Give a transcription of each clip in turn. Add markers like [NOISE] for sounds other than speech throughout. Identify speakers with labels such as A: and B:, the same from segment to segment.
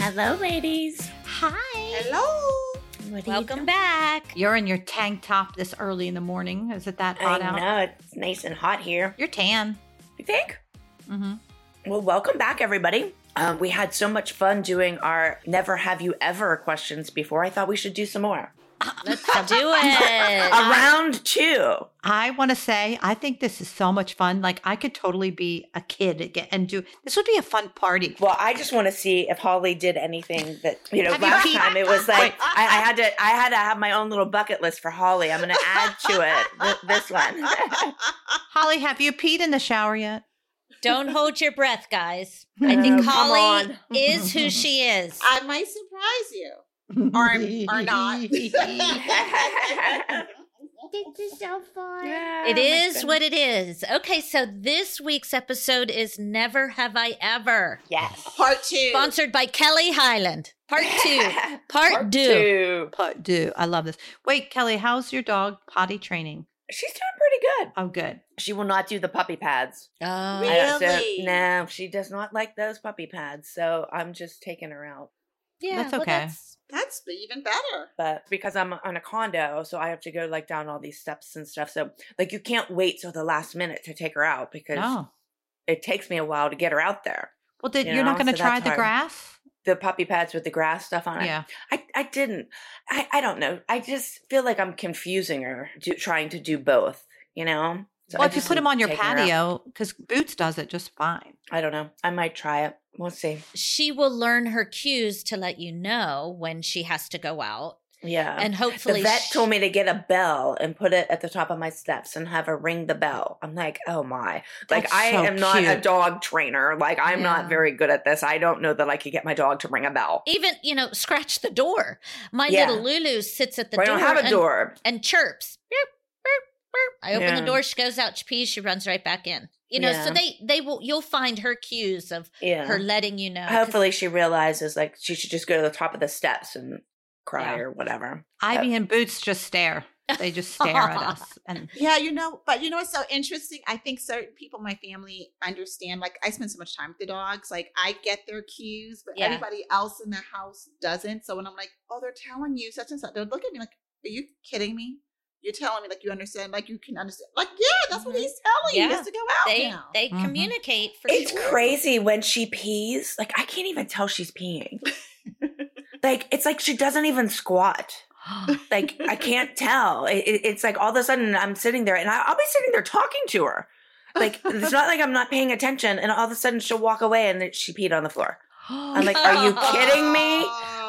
A: Hello, ladies.
B: Hi.
C: Hello.
A: What are you
B: Welcome
A: doing?
B: back.
C: You're in your tank top this early in the morning. Is it that hot
A: I
C: out?
A: know uh, it's nice and hot here.
C: You're tan.
A: You think?
C: hmm
A: Well, welcome back, everybody. Um, we had so much fun doing our "Never Have You Ever" questions before. I thought we should do some more.
B: Let's do
A: [LAUGHS]
B: it.
A: A round two.
C: I want to say I think this is so much fun. Like I could totally be a kid again and do this. Would be a fun party.
A: Well, I just want to see if Holly did anything that you know.
C: Have you
A: last
B: [LAUGHS]
C: peed?
A: time it was like I, I had to, I had to have my own little bucket list for Holly. I'm going to add to it th- this
B: [LAUGHS]
A: one.
C: Holly, have you peed in the shower yet?
B: Don't hold your breath, guys. I think
A: Oh, come
B: Holly [LAUGHS]
A: [LAUGHS] on.
B: is who she is.
D: I might surprise you. Or- or not.
A: [LAUGHS]
D: This is so fun.
A: Oh
B: It is what it is. Okay, so this week's episode is Never Have I Ever,
A: Yes.
D: Part two.
B: sponsored by Kelly Highland.
A: [LAUGHS]
B: Part two. Part two.
C: But do I love this? Wait, Kelly, how's your dog potty training?
A: She's doing pretty good.
C: Oh, good.
A: She will not do the puppy pads.
B: Oh,
D: Really?
A: I don't- so-
D: Really?
A: no, she does not like those puppy pads. So I'm just taking her out.
B: yeah.
C: That's
B: well,
C: okay.
D: That's even better.
A: But because I'm on a condo, so I have to go like down all these steps and stuff. So like you can't wait till the last minute to take her out because
C: No.
A: it takes me a while to get her out there.
C: Well, did
A: You
C: you are not
A: know,
C: going to
A: so
C: try
A: that's
C: the
A: hard.
C: grass?
A: The puppy pads with the grass stuff on it.
C: Yeah.
A: I, I didn't. I, I don't know. I just feel like I'm confusing her do, trying to do both, you know? So I
C: Well, if you
A: just
C: put
A: am
C: them on your
A: taking her out.
C: patio, because Boots does it just fine.
A: I don't know. I might try it. We'll see.
B: She will learn her cues to let you know when she has to go out.
A: Yeah.
B: And hopefully,
A: Oh, the vet
B: she-
A: told me to get a bell and put it at the top of my steps and have her ring the bell. I'm like, oh my. Like,
C: That's
A: I
C: so
A: am not a
C: cute.
A: dog trainer. Like, I'm
B: Yeah.
A: not very good at this. I don't know that I could get my dog to ring a bell.
B: even, you know, scratch the door. My
A: Yeah.
B: little Lulu sits at the
A: I
B: door.
A: don't have a
B: and-
A: door.
B: and chirps. Beep, beep, beep. I open
A: Yeah.
B: the door, she goes out, she pees, she runs right back in. You know, so
A: Yeah.
B: they they will you'll find her cues of
A: Yeah.
B: her letting you know. 'cause
A: Hopefully, she realizes like she should just go to the top of the steps and cry
B: Yeah.
A: or whatever.
C: Ivy and Boots just stare. They just stare at us. And
D: Yeah, you know, but you know what's so interesting? I think certain people in my family understand. Like, I spend so much time with the dogs. Like, I get their cues, but
B: Yeah.
D: everybody else in the house doesn't. So when I'm like, oh, they're telling you such and such, they'll look at me like, are you kidding me? You're telling me like you understand, like you can understand. Like, yeah, that's what
B: Mhm.
D: he's
A: Mm-hmm.
D: telling you.
B: Yeah. Mm-hmm.
D: He has to go out
B: they
D: now.
B: they
C: Mhm.
B: communicate for
A: It's
B: sure. [GASPS]
A: crazy when she pees. Like, I can't even tell she's
B: [LAUGHS]
A: peeing. like, it's like she doesn't even squat. like
B: [LAUGHS]
A: I can't tell. It, it- it's like all of a sudden I'm sitting there and I, I'll be sitting there talking to her. Like it's not like I'm not paying attention, and all of a sudden she'll walk away and then she peed on the floor. I'm like, are you kidding me?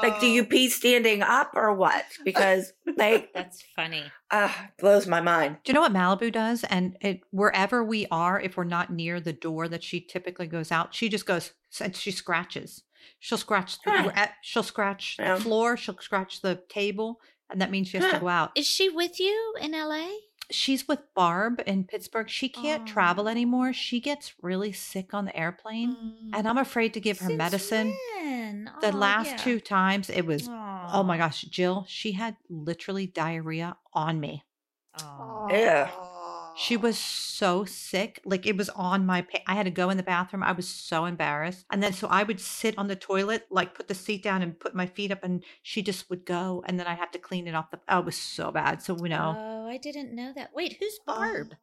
A: Like, do
B: Oh.
A: you pee standing up or what? Because
B: [LAUGHS]
A: like,
B: [GASPS] That's funny.
A: uh, blows my mind.
C: do you know what Malibu does? And it, wherever we are, if we're not near the door that she typically goes out, she just goes and she scratches. She'll scratch. The,
A: Huh.
C: we're at- she'll scratch
A: Yeah.
C: the floor. She'll scratch the table, and that means she has
A: Huh.
C: to go out.
B: Is she with you in LA?
C: She's with Barb in Pittsburgh. She can't travel
B: Oh.
C: anymore. She gets really sick on the airplane,
D: Mm.
C: and I'm afraid to give her
B: Since
C: medicine.
B: when?
C: The
B: Oh,
C: last
B: yeah.
C: two times, it was oh my
B: Aw.
C: gosh, Jill, she had literally diarrhea on me.
B: Aw.
A: Yeah.
C: She was so sick. Like it was on my pa- I had to go in the bathroom. I was so embarrassed. And then so I would sit on the toilet, like put the seat down and put my feet up and she just would go and then I'd have to clean it off the oh, it was so bad. So you know.
B: Oh, I didn't know that. Wait, who's
C: Oh,
B: Barb?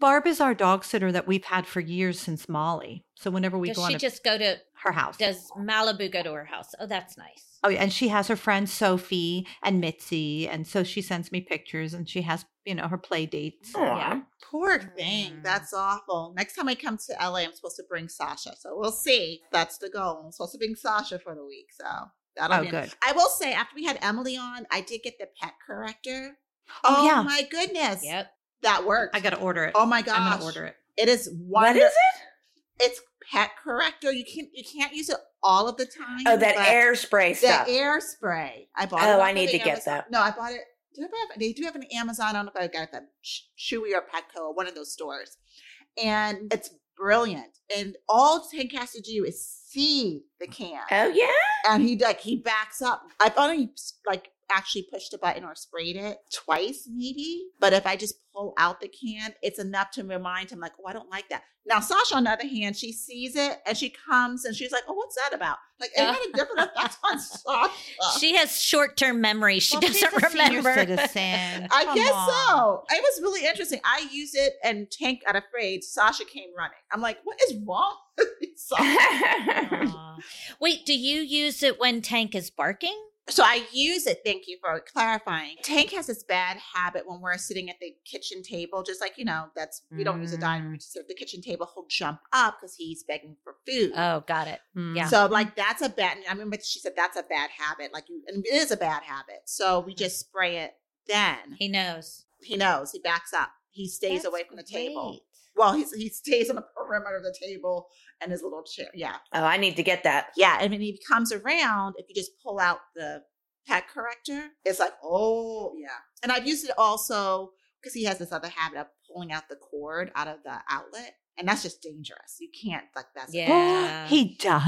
C: Barb is our dog sitter that we've had for years since Molly. So whenever we
B: does
C: go on
B: she
C: a-
B: just go to
C: her house.
B: does Malibu go to her house? Oh, that's nice.
C: Oh, yeah, and she has her friends Sophie and Mitzi, and so she sends me pictures, and she has, you know, her play dates.
A: Aw.
B: Yeah.
D: Poor thing.
B: Mm.
D: That's awful. Next time I come to LA, I'm supposed to bring Sasha. So we'll see. That's the goal. I'm supposed to bring Sasha for the week. So that'll
C: Oh,
D: be
C: good.
D: I will say, after we had Emily on, I did get the pet corrector.
C: Oh, yeah.
D: my goodness.
B: Yep.
D: That worked.
C: I got to order it.
D: Oh my gosh.
C: I'm gonna order it.
D: It is
A: What
D: wonderful.
A: is it?
D: It's pet corrector. You can't you can't use it all of the time.
A: Oh, that
D: but
A: air spray
D: the
A: stuff.
D: air spray. I bought it.
A: Oh,
D: off
A: I
D: of
A: need
D: the
A: to get
D: Amazon-
A: that.
D: No, I bought it. Do they have, they do have an Amazon. I don't know if I got it at Ch- Chewy or Petco or one of those stores. And it's brilliant. And all Tank has to do is see the can.
A: oh yeah.
B: [LAUGHS]
D: And he like he backs up. I've only like actually pushed a button or sprayed it twice, maybe. But if I just pull out the can, it's enough to remind him, like, oh, I don't like that. Now, Sasha, on the other hand, she sees it and she comes and she's like, oh, what's that about? Like, it had a different
C: [LAUGHS]
D: effect on Sasha.
B: She has short term memory. She
C: Well, she's
B: doesn't
C: a senior [LAUGHS]
B: remember. [LAUGHS]
C: Citizen.
D: I
C: Come
D: guess
C: on.
D: so. It was really interesting. I used it and Tank got afraid. Sasha came running. I'm like, what is wrong [LAUGHS] with you, Sasha?
B: Aw. Wait, do you use it when Tank is barking?
D: So I use it. Thank you for clarifying. Tank has this bad habit when we're sitting at the kitchen table, just like, you know, that's, we don't use a dining
B: Mm.
D: room, just at the kitchen table, he'll jump up because he's begging for food.
B: Oh, got it.
C: Mm.
B: Yeah.
D: So like that's a bad. I remember she said that's a bad habit. Like you, and it is a bad habit. So we just spray it. Then
B: Mm. He knows.
D: he knows. He backs up. He stays
B: That's
D: away from the table.
B: great.
D: Well, he's, he stays on the perimeter of the table and his little chair. Yeah,
A: Oh, I need to get that. [LAUGHS]
D: yeah. And when he comes around, if you just pull out the pet corrector, it's like oh yeah. And I've used it also because he has this other habit of pulling out the cord out of the outlet, and that's just dangerous. You can't like that's
B: Yeah.
C: he does.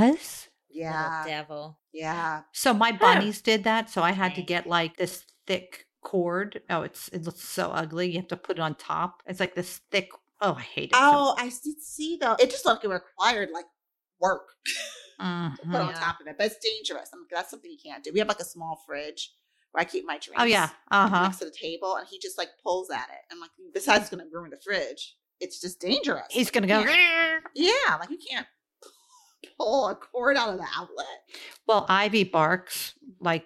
B: Little
D: yeah,
B: devil.
D: yeah.
C: So my bunnies did that. So I had to
B: Nice.
C: get like this thick cord. Oh, it's it looks so ugly. You have to put it on top. It's like this thick. Oh, I hate it. so-
D: Oh, I did see though. It just like it required like work to put
C: Mhm.
D: on top of it, but it's dangerous. I'm, that's something you can't do. We have like a small fridge where I keep my drinks.
C: Oh yeah. Uh huh.
D: next to the table, and he just like pulls at it. I'm like, besides, it's gonna ruin the fridge. It's just dangerous.
C: He's gonna go. "Grrr."
D: yeah, like you can't [LAUGHS] pull a cord out of the outlet.
C: Well, Ivy barks like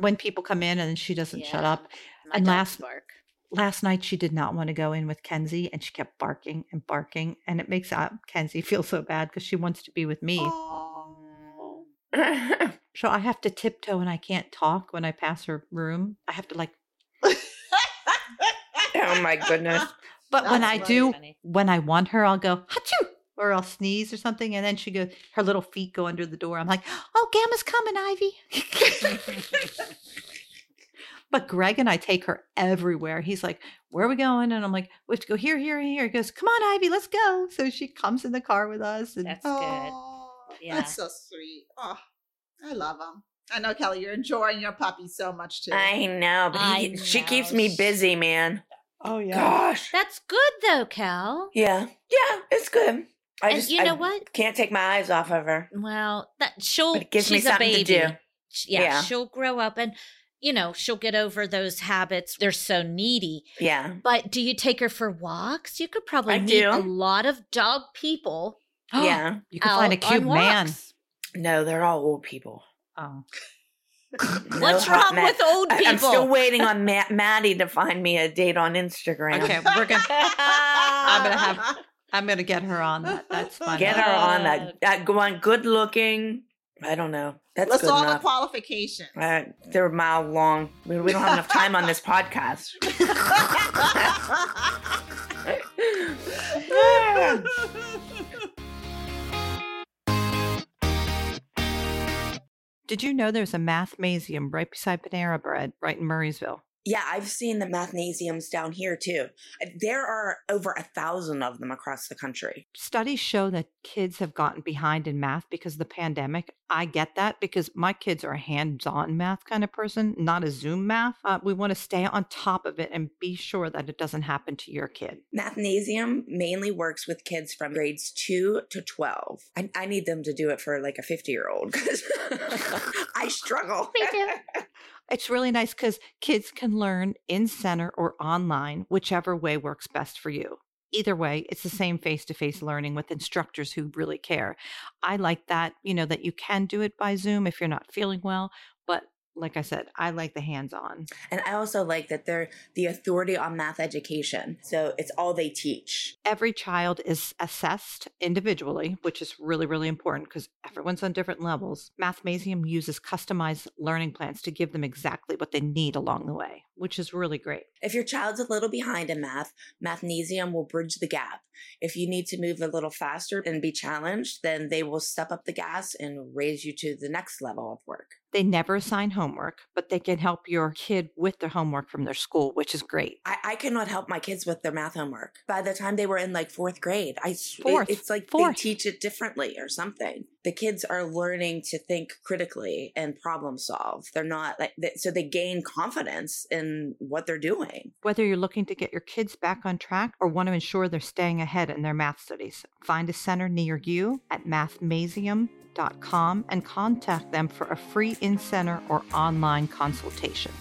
C: when people come in, and she doesn't shut
B: Yeah.
C: up.
B: My
C: And
B: dogs
C: last-
B: bark.
C: Last night she did not want to go in with Kenzie, and she kept barking and barking, and it makes uh, Kenzie [LAUGHS] feel so bad because she wants to be with me.
D: Oh,
C: So I have to tiptoe, and I can't talk when I pass her room. I have to like.
A: oh my
D: [LAUGHS]
A: goodness.
B: [LAUGHS]
C: But when
D: That's
C: I
D: really
C: do,
B: funny.
C: when I want her, I'll go hachoo or I'll sneeze or something, and then she goes. Her little feet go under the door. I'm like, oh, Gamma's coming, Ivy. [LAUGHS] but Greg and I take her everywhere. He's like, where are we going? And I'm like, we have to go here, here, and here. He goes, come on, Ivy, let's go. So she comes in the car with us. And
B: That's good.
D: Aw,
B: Yeah.
D: Oh, That's so sweet. Oh, I love him. I know, Kelly, you're enjoying your puppy so much too. [LAUGHS]
A: I know, but he,
B: I
A: she
B: know.
A: keeps me busy, man.
C: oh
A: Gosh.
B: That's good though, Cal.
A: Yeah. Yeah, it's good. I
B: and
A: just
B: you know
A: I
B: what?
A: can't take my eyes off of her.
B: Well, that she'll
A: But it gives
B: she's
A: me
B: a
A: something
B: baby.
A: to do.
B: Sh- Yeah,
A: Yeah.
B: she'll grow up and you know, she'll get over those habits. They're so needy. [GASPS]
A: Yeah.
B: But do you take her for walks? You could probably
A: I
B: meet
A: do.
B: a lot of dog people. [GASPS]
A: yeah.
C: You can find a
B: out on
C: cute man.
B: walks.
A: No, they're all old people.
C: Oh.
A: No
B: What's
A: hot
B: wrong
A: men.
B: with old
A: I-
B: people?
A: I'm still waiting
B: [LAUGHS]
A: on Ma- Maddie to find me a date on Instagram.
C: Okay, we're gonna.
D: I'm
C: gonna
B: [LAUGHS]
C: have- I'm gonna get her on that. That's funny.
A: Get her on that. That go on good looking. I don't know. That's
D: Let's
A: good
D: all the
A: enough.
B: [LAUGHS]
D: qualifications.
A: Uh, they're a mile long. We, we don't have enough time on this podcast.
D: [LAUGHS]
C: Did you know there's a mathnasium right beside Panera Bread, right in Murraysville?
A: [LAUGHS] Yeah, I've seen the mathnasiums down here too. There are over a thousand of them across the country.
C: Studies show that kids have gotten behind in math because of the pandemic. I get that because my kids are a hands on math kind of person, not a Zoom math. Uh, we want to stay on top of it and be sure that it doesn't happen to your kid.
A: Mathnasium mainly works with kids from grades two to 12. I, I need them to do it for like a 50 year old because [LAUGHS] I struggle.
B: Me too.
C: It's really nice because kids can learn in center or online, whichever way works best for you. Either way, it's the same face to face learning with instructors who really care. I like that, you know, that you can do it by Zoom if you're not feeling well. But like I said, I like the hands on.
A: And I also like that they're the authority on math education. So it's all they teach.
C: Every child is assessed individually, which is really, really important because everyone's on different levels. Mathnasium uses customized learning plans to give them exactly what they need along the way, which is really great.
A: If your child's a little behind in math, Mathnasium will bridge the gap. If you need to move a little faster and be challenged, then they will step up the gas and raise you to the next level of work.
C: They never assign homework, but they can help your kid with their homework from their school, which is great.
A: I, I cannot help my kids with their math homework. By the time they were in like fourth grade, I s- it-
C: Fourth,
A: it's like
C: fourth.
A: they teach it differently or something. the kids are learning to think critically and problem solve. They're not like, th- so they gain confidence in what they're doing.
C: Whether you're looking to get your kids back on track or want to ensure they're staying ahead in their math studies, find a center near you at mathmasium.com and contact them for a free in center or online consultation.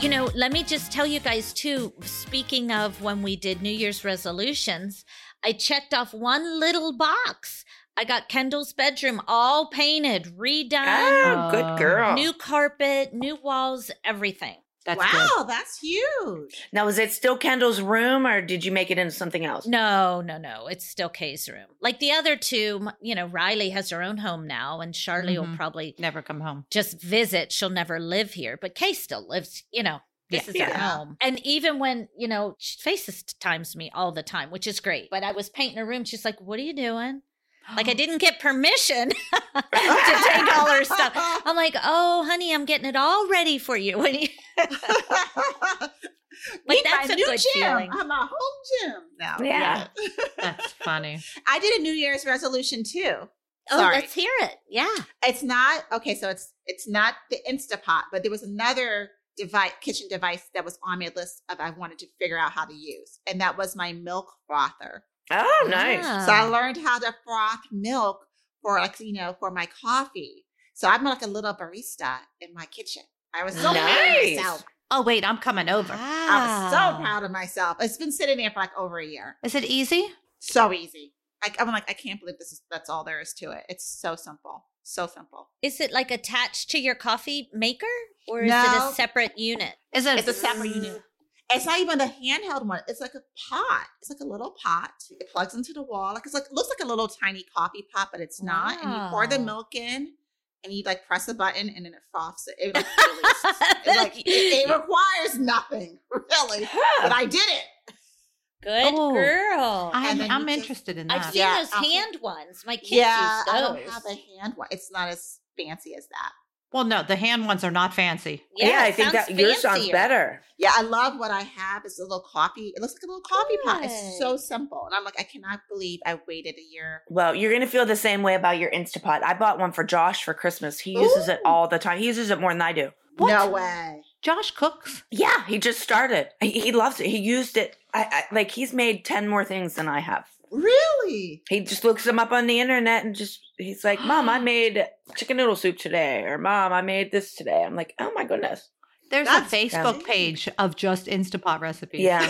B: You know, let me just tell you guys too, speaking of when we did New Year's resolutions, I checked off one little box. I got Kendall's bedroom all painted, redone,
A: Ah,
C: Uh,
A: good girl.
B: new carpet, new walls, everything.
C: That's
D: wow,
C: good.
D: that's huge.
A: now, is it still Kendall's room or did you make it into something else?
B: No, no, no. It's still Kay's room. Like the other two, m- you know, Riley has her own home now, and Charlie will
C: Mhm.
B: probably
C: Never come home.
B: just visit. She'll never live here, but Kay still lives, you know. This
C: Yeah.
B: is her
D: Yeah.
B: home. And even when, you know, she faces times me all the time, which is great. But I was painting her room. She's like, What are you doing? Like,
D: Oh.
B: I didn't get permission [LAUGHS] to take all
D: [LAUGHS]
B: her stuff. I'm like, Oh, honey, I'm getting it all ready for you. [LAUGHS] When you
D: [LAUGHS] Need
B: that's
D: my
B: a
D: new
B: good
D: gym.
B: feeling.
D: I'm a whole gym now.
A: Yeah.
C: [GASPS] That's funny.
D: I did a New Year's resolution too.
B: Oh,
D: Sorry.
B: let's hear it. Yeah.
D: It's not okay. So it's it's not the Instapot, but there was another device, kitchen device that was on my list of I wanted to figure out how to use, and that was my milk frother.
A: Oh, nice.
D: So I
B: Ah.
D: learned how to froth milk for like you know for my coffee. So I'm like a little barista in my kitchen. I was so proud of
A: Nice.
D: myself.
C: Oh, wait, I'm coming over.
D: I was so
B: Wow.
D: proud of myself. It's been sitting there for like over a year.
C: Is it easy?
D: So easy. I, I'm like I can't believe this is that's all there is to it. It's so simple. So simple.
B: Is it like attached to your coffee maker or is it
D: No.
B: a
D: [LAUGHS]
B: separate unit?
C: Is it
D: It's a separate unit. It's not even a handheld one. It's like a pot. It's like a little pot. It plugs into the wall. Like it's like looks like a little tiny coffee pot, but it's not. And you pour the
B: Wow.
D: milk in, and you like press a button, and then it froths it.
B: [LAUGHS]
D: It, like, releases. It, like, it, it requires nothing [LAUGHS] really. But I did it.
B: Good
C: Oh,
B: girl.
D: And
B: I,
C: I'm,
D: then
C: I'm
D: you just-
C: interested in
B: have
C: that.
B: seen
D: Yeah,
B: those
D: I'll-
B: hand ones. My kids
D: yeah,
B: use those.
D: I don't have a hand one. It's not as fancy as that.
C: Well, no, the hand ones are not fancy.
A: Yeah, I
B: it
A: think that yours sounds
B: fancier.
A: better.
D: Yeah, I love what I have. It's a little coffee. It looks like a little coffee pot. It's so simple. And I'm like, I cannot believe I waited a year.
A: Well, you're going to feel the same way about your Instapot. I bought one for Josh for Christmas. He uses it
D: Ooh.
A: all the time. He uses it more than I do.
C: What?
D: No way.
C: Josh cooks.
A: Yeah, he just started. He, he loves it. He used it. I, I like he's made 10 more things than I have.
D: Really? [LAUGHS]
A: He just looks them up on the internet and just he's like, "Mom,
B: [GASPS]
A: I made chicken noodle soup today," or "Mom, I made this today." I'm like, "Oh my goodness!"
C: There's
D: That's
C: a Facebook
D: amazing.
C: page of just Instapot recipes.
A: Yeah,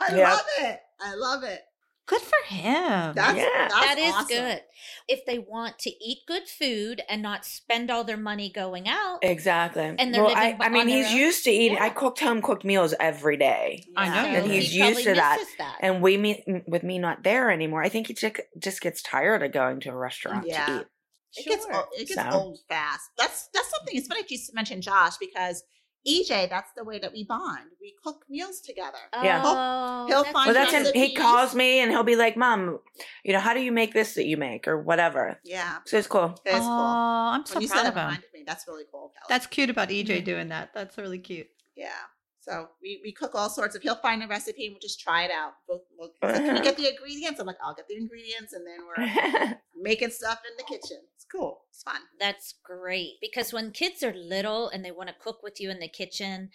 D: I
A: Yeah.
D: love it. I love it.
C: Good for him.
D: That's,
A: Yeah.
D: that's
B: That is
D: awesome.
B: good. If they want to eat good food and not spend all their money going out,
A: exactly.
B: And they're
A: well, I,
B: living
A: I
B: on
A: mean,
B: their
A: he's
B: own?
A: used to eating.
B: Yeah.
A: I cooked home cooked meals every day,
C: I know
B: so
C: you're
A: and
B: he
A: he's
B: probably
A: used to that.
B: misses that.
A: And we meet with me not there anymore. I think he just, just gets tired of going to a restaurant
D: Yeah.
A: to eat.
D: It gets
B: Sure.
D: old, it gets
A: So-
D: old fast. That's that's something. It's funny that you mentioned Josh because EJ. That's the way that we bond. We cook meals together.
A: Yeah.
B: Oh,
D: He'll find
A: Well, that's
D: Find
A: him. He
D: recipes.
A: calls me and he'll be like, "Mom, you know, how do you make this that you make or whatever?"
D: yeah,
A: So it's cool.
D: it's
C: oh,
D: cool.
C: I'm so
D: When you said
C: proud
D: that,
C: of him.
D: reminded me. That's really cool. Kelly.
C: That's cute about
D: Mm-hmm.
C: EJ doing that. That's really cute.
D: yeah. So we, we cook all sorts of. He'll find a recipe and we'll just try it out. We'll, we'll, he's like, Can
A: [LAUGHS]
D: you get the ingredients? I'm like, I'll get the ingredients, and then we're making stuff in the kitchen. It's cool. It's fun.
B: That's great because when kids are little and they want to cook with you in the kitchen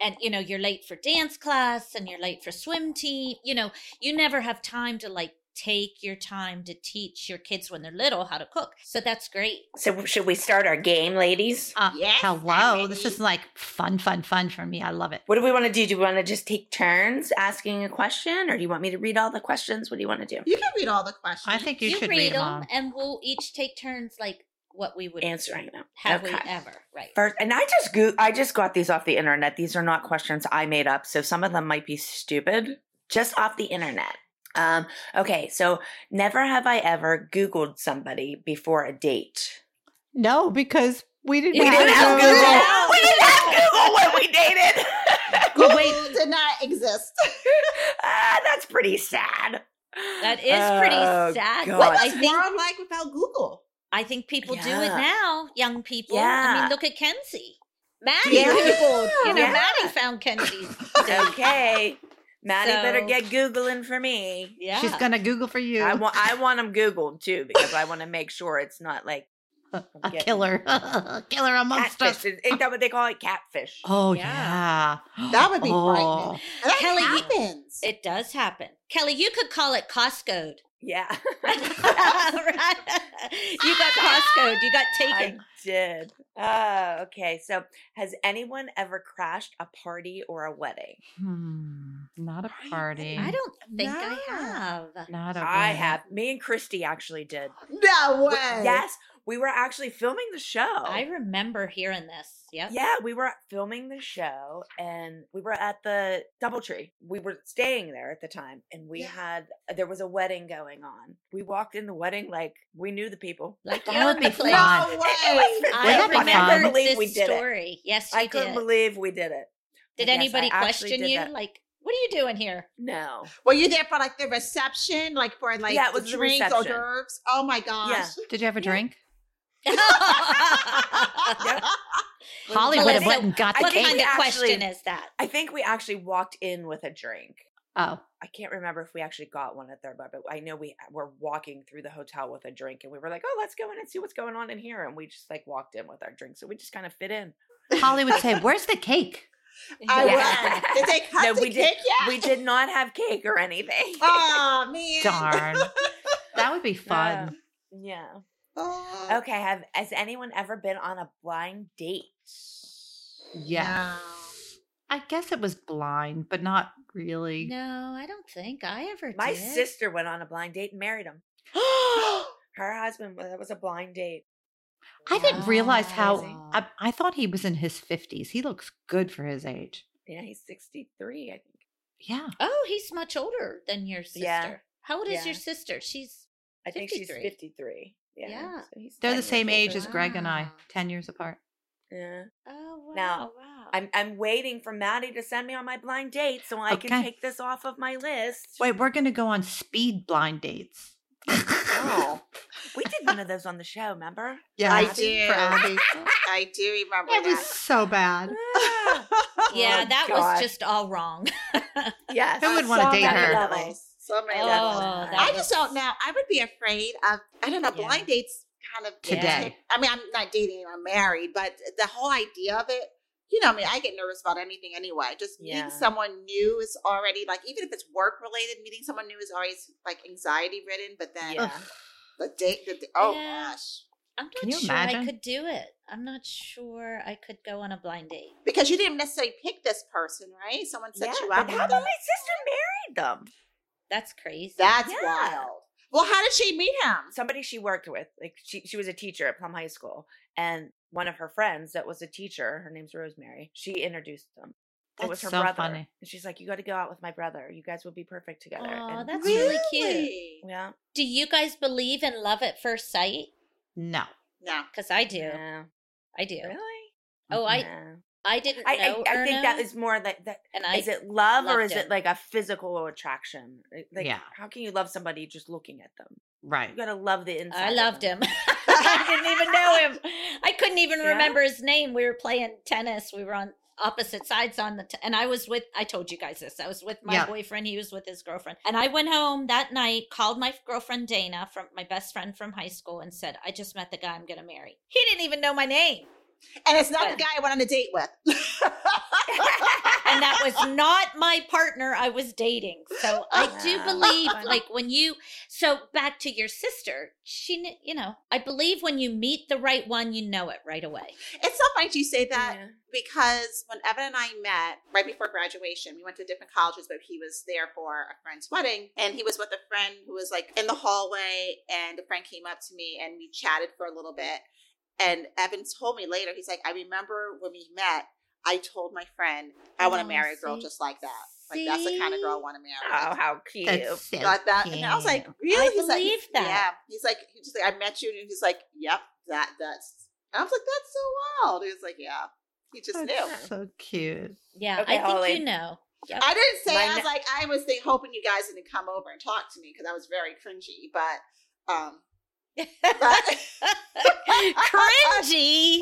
B: and you know you're late for dance class and you're late for swim team, you know, you never have time to like take your time to teach your kids when they're little how to cook. So that's great.
A: so should we start our game, ladies?
C: Uh,
D: Yes, I'm
C: hello. This
D: ready.
C: is like fun, fun, fun for me. I love it.
A: What do we want to do? Do we want to just take turns asking a question, or do you want me to read all the questions? What do you want to do?
D: You can read all the questions.
C: I think you, should
B: 'em
C: read them.
B: and we'll each take turns like what we would
A: Answering them.
B: have we ever, right?
A: First, and I just go- I just got these off the internet. These are not questions I made up, so some of them might be stupid. Just off the internet. Um, okay, so never have I ever Googled somebody before a date.
C: No, because we didn't.
B: We
A: We didn't have
B: no, no,
A: Google.
B: no.
A: We didn't have Google when we dated. [LAUGHS]
D: Google
C: wait.
D: did not exist.
A: ah, that's pretty sad.
B: That is pretty
A: Oh,
B: sad.
A: God.
B: but
D: What
B: I
D: was
B: think
D: world like without Google?
B: I think people do it
A: Yeah.
B: now, young people. I
A: Yeah.
B: mean, look at Kenzie. Maddie
D: Yeah.
B: Googled, you know,
A: Yeah.
B: Maddie found Kenzie's.
A: okay. Maddie
B: So-
A: better get Googling for me.
B: Yeah.
C: She's gonna Google for you.
A: I want I want them Googled too because I want to make sure it's not like
C: [LAUGHS] a
A: get-
C: killer, [LAUGHS] a killer amongst us.
A: catfish. Ain't that what they call it? Catfish.
C: Oh yeah.
B: Yeah.
D: That would be
A: Oh.
D: frightening. And that
B: Kelly, you-
D: happens.
B: It does happen. Kelly, you could call it Costco. [LAUGHS]
A: [LAUGHS] Yeah,
B: Right? you got Costco. You got
A: I
B: taken.
A: did. Oh, okay. So, has anyone ever crashed a party or a wedding?
C: Hmm. Not a
D: Right.
C: party.
B: I, don't think
D: No.
B: I have.
C: Not a
A: I
C: wedding.
A: have. Me and Christy actually did.
D: no way.
A: W- Yes, we were actually filming the show.
B: I remember hearing this. Yep.
A: Yeah, we were filming the show and we were at the Doubletree. We were staying there at the time and we
D: Yeah.
A: had there was a wedding going on. We walked in the wedding like we knew the people. [LAUGHS]
B: Like
C: That
B: you
C: would
B: in
C: be
B: the [LAUGHS] place.
C: fun.
D: no way.
A: was-
B: I
C: Wouldn't that be
B: remember
C: fun? I couldn't
A: believe
B: this
A: we did it.
B: story. Yes, you
A: I
B: did.
A: couldn't believe we did it. Yes,
B: did
A: I
B: anybody
A: actually
B: question
A: did
B: you?
A: that.
B: Like, what are you
A: [LAUGHS]
B: doing here? [LAUGHS]
A: No.
D: Were you there for like the reception, like for like
A: Yeah, it
D: the
A: was the
D: drinks, hors
A: reception.
D: d'oeuvres? Oh my gosh.
C: Did you have a drink?
A: [LAUGHS]
B: what
C: Holly would have
B: Melissa,
C: went and got the
A: I think
B: kind
C: cake.
B: of
A: we
B: question
A: actually-
B: is that?
A: I think we actually walked in with a drink.
C: Oh,
A: I can't remember if we actually got one at their bar, but I know we were walking through the hotel with a drink and we were like, oh, let's go in and see what's going on in here. And we just like walked in with our drink. So we just kind of fit in.
C: Holly would say, "Where's the cake?"
D: I
A: Yeah.
D: was. Did they cut
A: No,
D: the
A: we did-
D: cake yet? [LAUGHS]
A: We did not have cake or
C: [LAUGHS]
A: anything.
D: Oh man. [LAUGHS]
C: Darn. that would be fun.
A: Yeah.
D: Oh.
A: Okay. Have has anyone ever been on a blind date?
C: Yes. I guess it was blind, but not really. [LAUGHS]
B: [LAUGHS] No, I don't think I ever
A: My
B: did.
A: sister went on a blind date and married him.
D: No.
A: Her husband was- that was a blind date.
C: I didn't realize how
B: Wow.
C: I, I thought he was in his 50s. He looks good for his age.
A: Yeah, he's sixty three. I think.
C: Yeah.
B: Oh, he's much older than your sister.
A: Yeah.
B: How old is your
A: Yeah.
B: sister? She's
A: I think she's
B: 53.
A: fifty three. Yeah.
B: Yeah.
A: so he's
C: They're
A: 10
C: the
A: years
C: same age
A: older.
C: as Greg and I,
B: Wow.
C: 10 years apart.
A: Yeah.
B: oh wow
A: Now,
B: wow.
A: I'm I'm waiting for Maddie to send me on my blind date so I can
C: Okay.
A: take this off of my list.
C: Wait, we're going to go on speed blind dates.
B: [LAUGHS]
A: Oh, we did one of those on the show. Remember?
C: yeah,
D: I
C: Abby-
D: do.
C: For
D: [LAUGHS]
C: Abby.
D: I do remember
C: it was
D: that.
C: so bad.
A: Ah.
B: [LAUGHS] yeah,
A: Oh,
B: that
A: God.
B: was just all wrong.
D: [LAUGHS]
A: yes.
C: Who would
D: On
C: wanna
D: so
C: date
D: many
C: her?
D: Levels. So many
B: [LAUGHS] Oh,
D: levels.
B: that
D: I just
B: was-
D: don't know. I would be afraid of. I don't know.
B: Yeah.
D: Blind dates kind of get
B: Today.
D: tick- I mean, I'm not dating. I'm married, but the whole idea of it. You know, I mean, I get nervous about anything anyway. Just
A: Yeah.
D: meeting someone new is already like, even if it's work related, meeting someone new is always like anxiety ridden. But then
A: Yeah.
D: the date, the, da- oh
B: Yeah.
D: gosh,
B: I'm
C: Can
B: not
C: you
B: sure
C: imagine?
B: I could do it. I'm not sure I could go on a blind date.
D: because you didn't necessarily pick this person, right? Someone set
A: Yeah,
D: you
A: but
D: up.
A: how about my sister married them?
B: That's crazy.
D: That's
A: Yeah.
D: wild. Well, how did she meet him?
A: somebody she worked with like she, she was a teacher at plum high school and one of her friends that was a teacher her name's rosemary she introduced them it was her
C: That's so
A: brother
C: funny.
A: and she's like you got to go out with my brother you guys would be perfect together
B: Aw,
A: and
B: that's really cute.
A: yeah
B: Do you guys believe in love at first sight?
C: No.
D: No.
B: Because I do.
A: yeah
B: I do.
A: really
B: Oh, I
A: Yeah.
B: I didn't
A: I,
B: know.
A: I, I think that
B: Erno,
A: is more like that
B: and I
A: is it love or
B: loved
A: is
B: him.
A: it like a physical attraction Like- like
C: Yeah.
A: how can you love somebody just looking at them
C: Right.
A: you gotta love the inside
B: I
A: of
B: loved
A: them.
B: him. [LAUGHS] I didn't
A: [LAUGHS]
B: even know him. I couldn't even
A: Yeah?
B: remember his name. We were playing tennis. We were on opposite sides on the t- and I was with I told you guys this. I was with my
C: Yeah.
B: boyfriend, he was with his girlfriend. And I went home that night, called my girlfriend Dana from my best friend from high school and said, "I just met the guy I'm going to marry." He didn't even know my name.
D: And it's not the
B: But-
D: guy I went on a date with. [LAUGHS]
B: and that was not my partner I was dating. So I do
D: [LAUGHS]
A: Wow.
B: believe,
A: Funny.
B: like when you, so back to your sister, she, kn- you know, I believe when you meet the right one, you know it right away.
D: it's so funny you say that
A: Yeah.
D: because when Evan and I met right before graduation, we went to different colleges, but he was there for a friend's wedding. And he was with a friend who was like in the hallway. And the friend came up to me and we chatted for a little bit. And Evan told me later, he's like, I remember when we met, I told my friend, I want
B: Oh,
D: to marry a girl
B: see?
D: just like that. Like, that's the kind of girl I want to marry.
A: oh how cute
C: That's so
D: like that. And I was like,
C: cute.
D: really?
B: I
D: He's like,
B: believe that.
D: Yeah. He's like, he just like, I met you, and he's like, yep, that that's. And I was like, that's so wild. He was like, yeah, he just knew.
C: That's so cute.
B: Yeah,
A: Okay,
B: I think
A: Holly.
B: you know. Yep.
D: I didn't say.
A: My
D: I was
A: ne-
D: like, I was think, hoping you guys would come over and talk to me because I was very cringy. But um,
B: Cringy.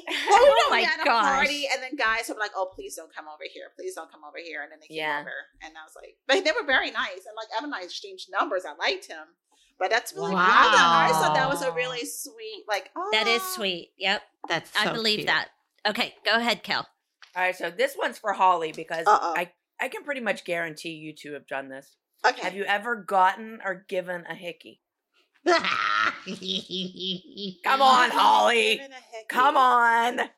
D: Well, you
B: oh
D: know, we
B: my
D: had a
B: gosh.
D: Party, and then guys were like, "Oh, please don't come over here. Please don't come over here." And then they came
A: Yeah.
D: over, and I was like, "But they were very nice." And like Evan and I exchanged numbers. I liked him, but that's really
C: Wow.
D: I thought, I just thought that was a really sweet. Like, oh,
B: That is sweet. Yep.
C: That's
B: I
C: so
B: believe
C: cute. [LAUGHS]
B: that. Okay, go ahead, Kel.
A: All right, so this one's for Holly because
D: Uh-oh.
A: I I can pretty much guarantee you two have done this.
D: Okay,
A: Have you ever gotten or given a hickey? Come on, Holly.
D: Given a hickey.
A: Come on.
D: I'm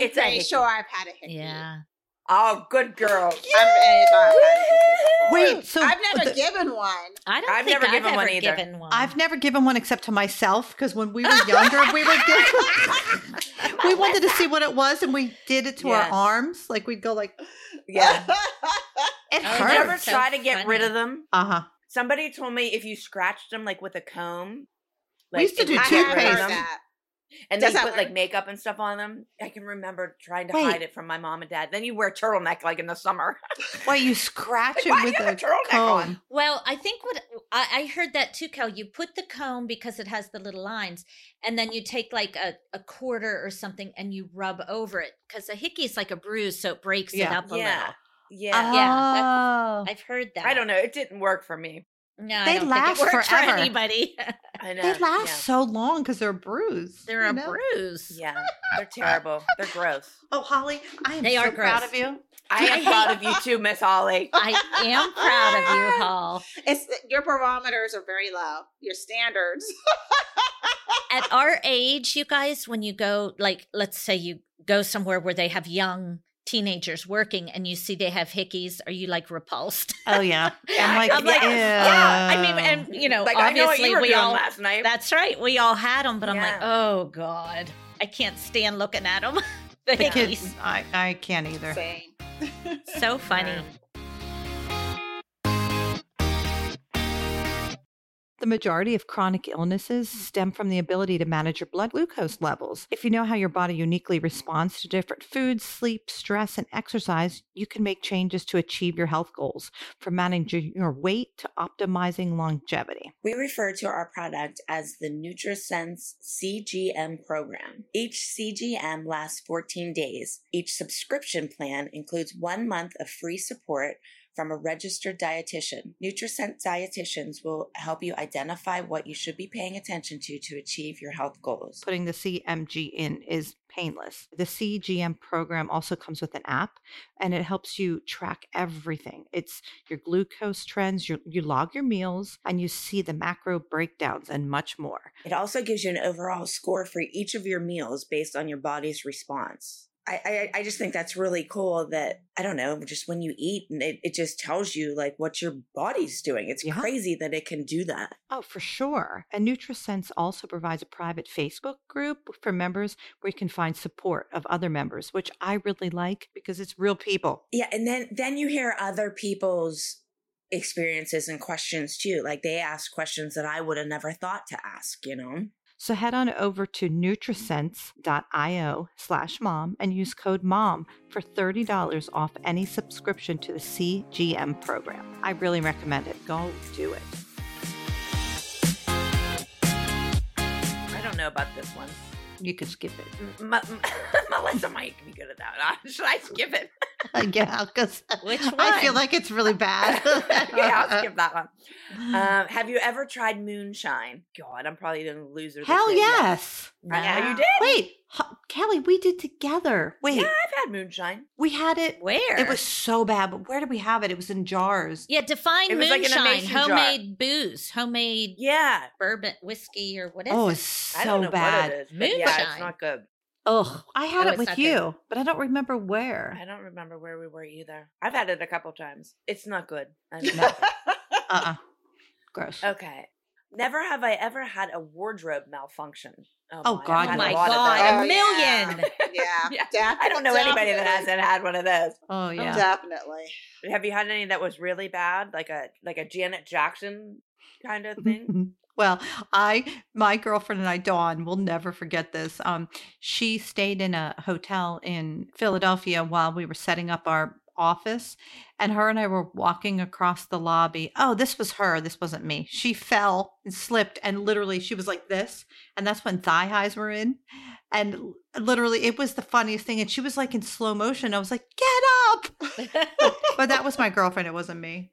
A: It's a
D: pretty
A: hickey.
D: sure I've had a hickey.
A: Oh,
C: [LAUGHS]
A: good girl.
D: I'm pretty sure I've had a hickey.
C: Wait, so
D: I've never
C: the-
D: given one.
B: I don't
A: I've
B: think
A: never
B: I've
A: given
B: ever
A: one either.
B: given one.
C: I've never given one except to myself because when we
D: [LAUGHS]
C: were younger, we were given, [LAUGHS] we wanted to see what it was, and we did it to
A: Yeah.
C: our arms. Like we'd go like
D: [LAUGHS]
A: Yeah.
C: it
B: Oh,
A: Did you ever
C: hurts.
B: so
A: try to get rid
B: funny.
A: of them?
C: Uh huh.
A: Somebody told me if you scratched them like with a comb,
C: We used to
A: it
C: do
A: would
D: I
A: get
D: have
A: rid of
C: toothpaste.
D: heard
A: them.
D: that.
A: and
D: Does
A: then you
D: that
A: put like
D: work?
A: makeup and stuff on them. I can remember trying to
C: Wait.
A: hide it from my mom and dad. Then you wear a turtleneck like in the summer.
C: Why you scratch it
A: Why
C: with
A: you have a
C: a
A: turtleneck on?
C: comb?
B: Well, I think what I, I heard that too, Kel. You put the comb because it has the little lines, and then you take like a, a quarter or something and you rub over it because a hickey is like a bruise, so it breaks
C: Yeah.
B: it up a
A: Yeah.
B: little.
A: Yeah.
B: Yeah,
C: Oh.
B: I've heard
A: [LAUGHS]
B: that.
A: I don't know. It didn't work for me.
B: No, I
C: They
B: don't
C: last
B: think it worked
C: forever.
B: for anybody. [LAUGHS]
A: I know.
C: They last
A: yeah.
C: so long because they're bruised.
B: They're
C: you
B: a
C: know?
B: bruise.
C: [LAUGHS]
A: [LAUGHS] Yeah, they're terrible. They're gross.
C: Oh, Holly, I am
B: They
C: so
B: are
C: proud
B: gross.
C: of you.
A: I am
B: I
A: proud of you too, Miss [LAUGHS] Holly.
B: I am proud of you, Hall.
D: It's your barometers are very low. Your standards.
B: At our age, you guys, when you go, like, let's say you go somewhere where they have young teenagers working and you see they have hickeys, are you like repulsed?
C: Oh yeah. I'm like,
A: I'm like,
B: Yeah. I mean,
C: ew.
B: and, you know,
A: Uh, like I know what
B: obviously
A: you were
B: we
A: doing
B: all,
A: last night.
B: that's right, we all had them, but I'm like,
A: Yeah.
B: oh God, I can't stand looking at [LAUGHS] them. the
C: the
B: hickeys.
C: kids, I, I can't either.
D: Same.
B: So funny.
C: The majority of chronic illnesses stem from the ability to manage your blood glucose levels. If you know how your body uniquely responds to different foods, sleep, stress, and exercise, you can make changes to achieve your health goals, from managing your weight to optimizing longevity.
A: We refer to our product as the NutriSense CGM program. Each CGM lasts 14 days. Each subscription plan includes one month of free support from a registered dietitian. NutriSense dietitians will help you identify what you should be paying attention to to achieve your health goals.
C: Putting the CMG in is painless. The CGM program also comes with an app and it helps you track everything. It's your glucose trends, your, you log your meals, and you see the macro breakdowns and much more.
A: It also gives you an overall score for each of your meals based on your body's response. I, I, I just think that's really cool that I don't know, just when you eat and it, it just tells you like what your body's doing. It's
C: Yeah.
A: crazy that it can do that.
C: Oh, for sure. And NutriSense also provides a private Facebook group for members where you can find support of other members, which I really like because it's real people.
A: Yeah, and then then you hear other people's experiences and questions too. Like they ask questions that I would have never thought to ask, you know?
C: So head on over to nutrisense.io slash mom and use code MOM for $30 off any subscription to the CGM program. I really recommend it. Go do it.
A: I don't know about this one.
C: You could skip it.
A: M- M- [LAUGHS] Melissa might be good at that. [LAUGHS] Should I skip it?
C: [LAUGHS] yeah, because
B: Which
C: I feel
B: one?
C: like it's really [LAUGHS] bad.
A: [LAUGHS] yeah, I'll
C: [SIGHS]
A: skip that one. Um, have you ever tried moonshine? God, I'm probably the loser. this
C: Hell
A: year.
C: yes.
A: I know you
D: No.
A: did.
C: Wait, Ho- Kelly, we did together. Wait,
A: Yeah, I've had moonshine.
C: we had it.
B: Where?
C: It was so bad, but where did we have it? It was in jars.
B: yeah, define
A: It was like in a
B: moonshine,
A: mason jar.
B: homemade booze, homemade
A: Yeah,
B: bourbon whiskey or what is
C: Oh,
B: it?
C: it's
A: I don't
C: so
A: know what
C: bad.
A: it is. But yeah, it's
B: Moonshine.
A: not good.
C: Ugh, I had
B: Oh,
C: it
B: it's
C: with
B: not
C: you,
B: good.
C: but I don't remember where.
A: I don't remember where we were either. I've had it a couple times. It's not good. I don't know.
D: That's
C: Uh uh Gross.
A: okay. Never have I ever had a wardrobe malfunction.
C: Oh,
A: my, I've
C: God,
B: Oh
A: had a
B: my
A: lot of those.
B: God,
D: Oh,
B: a million.
D: yeah.
A: [LAUGHS] Yeah.
D: Def-
A: I don't know anybody that
D: definitely.
A: hasn't had one of those.
C: Oh, yeah.
D: Definitely.
A: Have you had any that was really bad, like a like a Janet Jackson kind of thing?
C: [LAUGHS] well, I, my girlfriend and I, Dawn, will never forget this. Um, she stayed in a hotel in Philadelphia while we were setting up our office and her and I were walking across the lobby. Oh, this was her. This wasn't me. She fell and slipped and literally she was like this. And that's when thigh highs were in. And l- literally it was the funniest thing. And she was like in slow motion. I was like, get up. [LAUGHS]
A: [LAUGHS]
C: But that was my girlfriend. It wasn't me.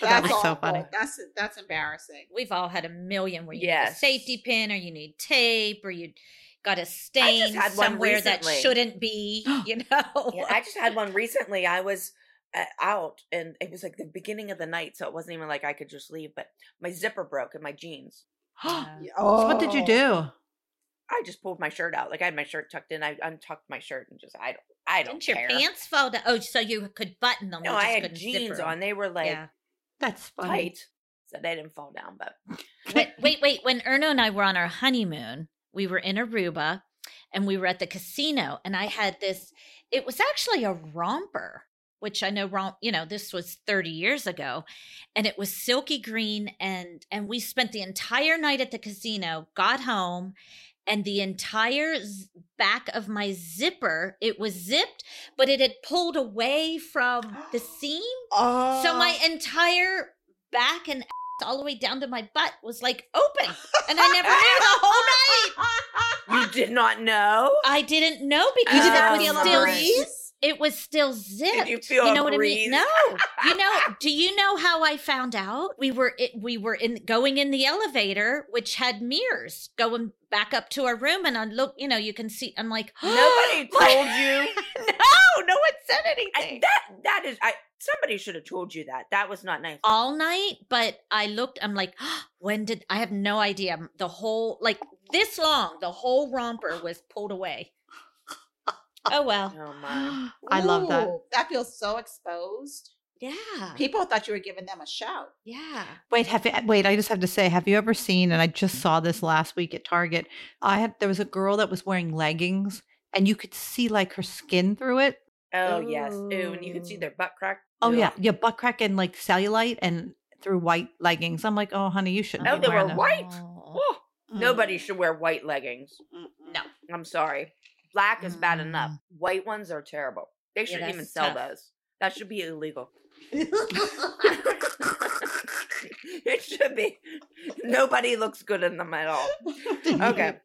C: But that
D: That's
C: was so
D: awful.
C: funny.
D: That's that's embarrassing.
B: [LAUGHS] We've all had a million where you need a
A: Yes.
B: safety pin or you need tape or you got a stain
A: had one
B: somewhere that
A: recently.
C: [GASPS]
B: shouldn't be, you know. [LAUGHS]
A: Yeah,
B: [GASPS]
A: I just had one recently. I was uh, out and it was like the beginning of the night, so it wasn't even like I could just leave. But my zipper broke in my jeans.
B: Yeah.
D: Oh.
C: So [GASPS] what did you
A: [GASPS]
C: do?
A: I just pulled my shirt out. Like I had my shirt tucked in. I untucked my shirt and just I don't I don't
B: Didn't your
A: care.
B: pants fall down? Oh, so you could button them.
A: no,
B: you
A: I
B: just
A: had
B: couldn't
A: jeans
B: zipper 'em.
A: on. They were like
B: yeah.
C: That's funny.
A: tight, so they didn't fall down.
B: [GASPS]
A: But
B: wait, wait, wait. When Erno and I were on our honeymoon, we were in Aruba and we were at the casino and I had this, it was actually a romper, which I know romp, you know, this was 30 years ago. And it was silky green and and we spent the entire night at the casino, got home, and the entire z- back of my zipper, it was zipped, but it had pulled away from the seam.
D: Oh.
B: So my entire back and ass all the way down to my butt was like open, and I
A: [LAUGHS]
B: never knew the whole night.
D: Oh.
A: you did not know. Oh,
B: I didn't know because
A: You didn't
B: it was
A: feel a
B: still
D: breeze?
B: it was still zipped.
A: you feel a
B: know what
A: breeze?
B: I mean? No, you know.
A: [LAUGHS]
B: Do you know how I found out? We were it, we were in going in the elevator, which had mirrors going back up to our room, and I look. You know, you can see. I'm like
A: [GASPS]
B: [GASPS]
A: Nobody told you.
B: [LAUGHS] no, no one said anything.
A: I, that that is. I somebody should have told you that. That was not nice.
B: all night, but I looked, I'm like, [GASPS] when did I have no idea? The whole, like this long, the whole romper was pulled
A: [LAUGHS]
B: away. Oh, well.
A: Oh
C: [GASPS]
A: my. [GASPS]
C: I love that.
D: Ooh, That feels so exposed.
B: Yeah.
D: People thought you were giving them a show.
B: Yeah.
C: Wait, have you, wait. I just have to say, have you ever seen? And I just saw this last week at Target. I had there was a girl that was wearing leggings, and you could see like her skin through it.
A: Oh yes. Ooh, and you could see their butt crack.
C: Oh
A: Ugh.
C: yeah, yeah, butt crack and like cellulite, and through white leggings. I'm like, oh honey, you shouldn't.
A: Oh,
C: be
A: they were
C: wearing those.
A: white.
B: Oh.
A: Oh,
C: Mm-hmm.
A: Nobody should wear white leggings.
D: No.
A: I'm sorry. Black is bad enough.
C: Mm-hmm.
A: White ones are terrible. They shouldn't even
B: that's
A: sell
B: tough.
A: those. That should be illegal. [LAUGHS] it should be. Nobody looks good in them at all. Okay.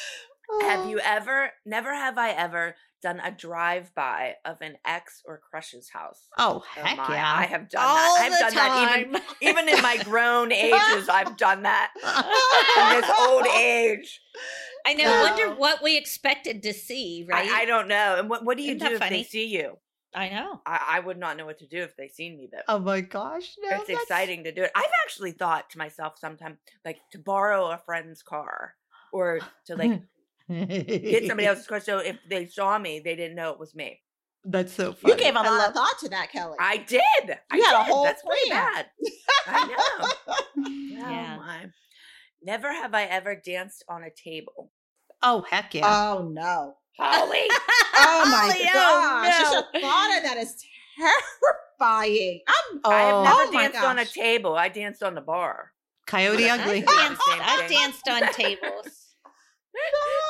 D: [LAUGHS]
A: Have
C: [GASPS]
A: you ever, never have I ever done a drive by of an ex or crush's house?
C: Oh
A: Oh
C: heck
A: my, I
C: yeah.
A: have done that. I've done that even, even in my
C: [LAUGHS]
A: grown ages. I've done that.
D: Oh.
A: In this old
D: [LAUGHS]
A: age,
B: I know.
D: No.
A: [LAUGHS]
B: wonder what we expected to see,
A: I-
B: right?
A: I, don't know. And what, what do you
B: Isn't that
A: do if
B: funny?
A: they see you?
B: I, know.
A: I, I would not know what to do if they seen me though.
C: Oh my gosh, no,
A: it's
C: that's-
A: exciting to do it. I've actually thought to myself sometime like to borrow a friend's car or
C: [LAUGHS]
A: to like get somebody else's car so if they saw me, they didn't know it was me.
C: That's so funny.
D: You gave a lot of thought to that, Kelly.
A: I did. I
D: You had a
A: did.
D: whole
A: That's pretty
D: plan.
A: bad. I
D: [LAUGHS]
A: know.
B: Yeah.
A: Oh my. Never have I ever danced on a table.
C: Oh heck yeah.
D: Oh no.
B: [LAUGHS]
A: Holly.
D: Oh my
A: Holly, oh,
D: gosh.
A: no.
D: Just the thought of that is [LAUGHS] terrifying. I'm
C: oh,
A: I have never
D: Oh my
A: danced on a
D: gosh.
A: table. I danced on the bar. [LAUGHS]
C: Coyote Ugly.
B: I've danced,
A: Same
B: I've
A: thing.
B: danced on tables.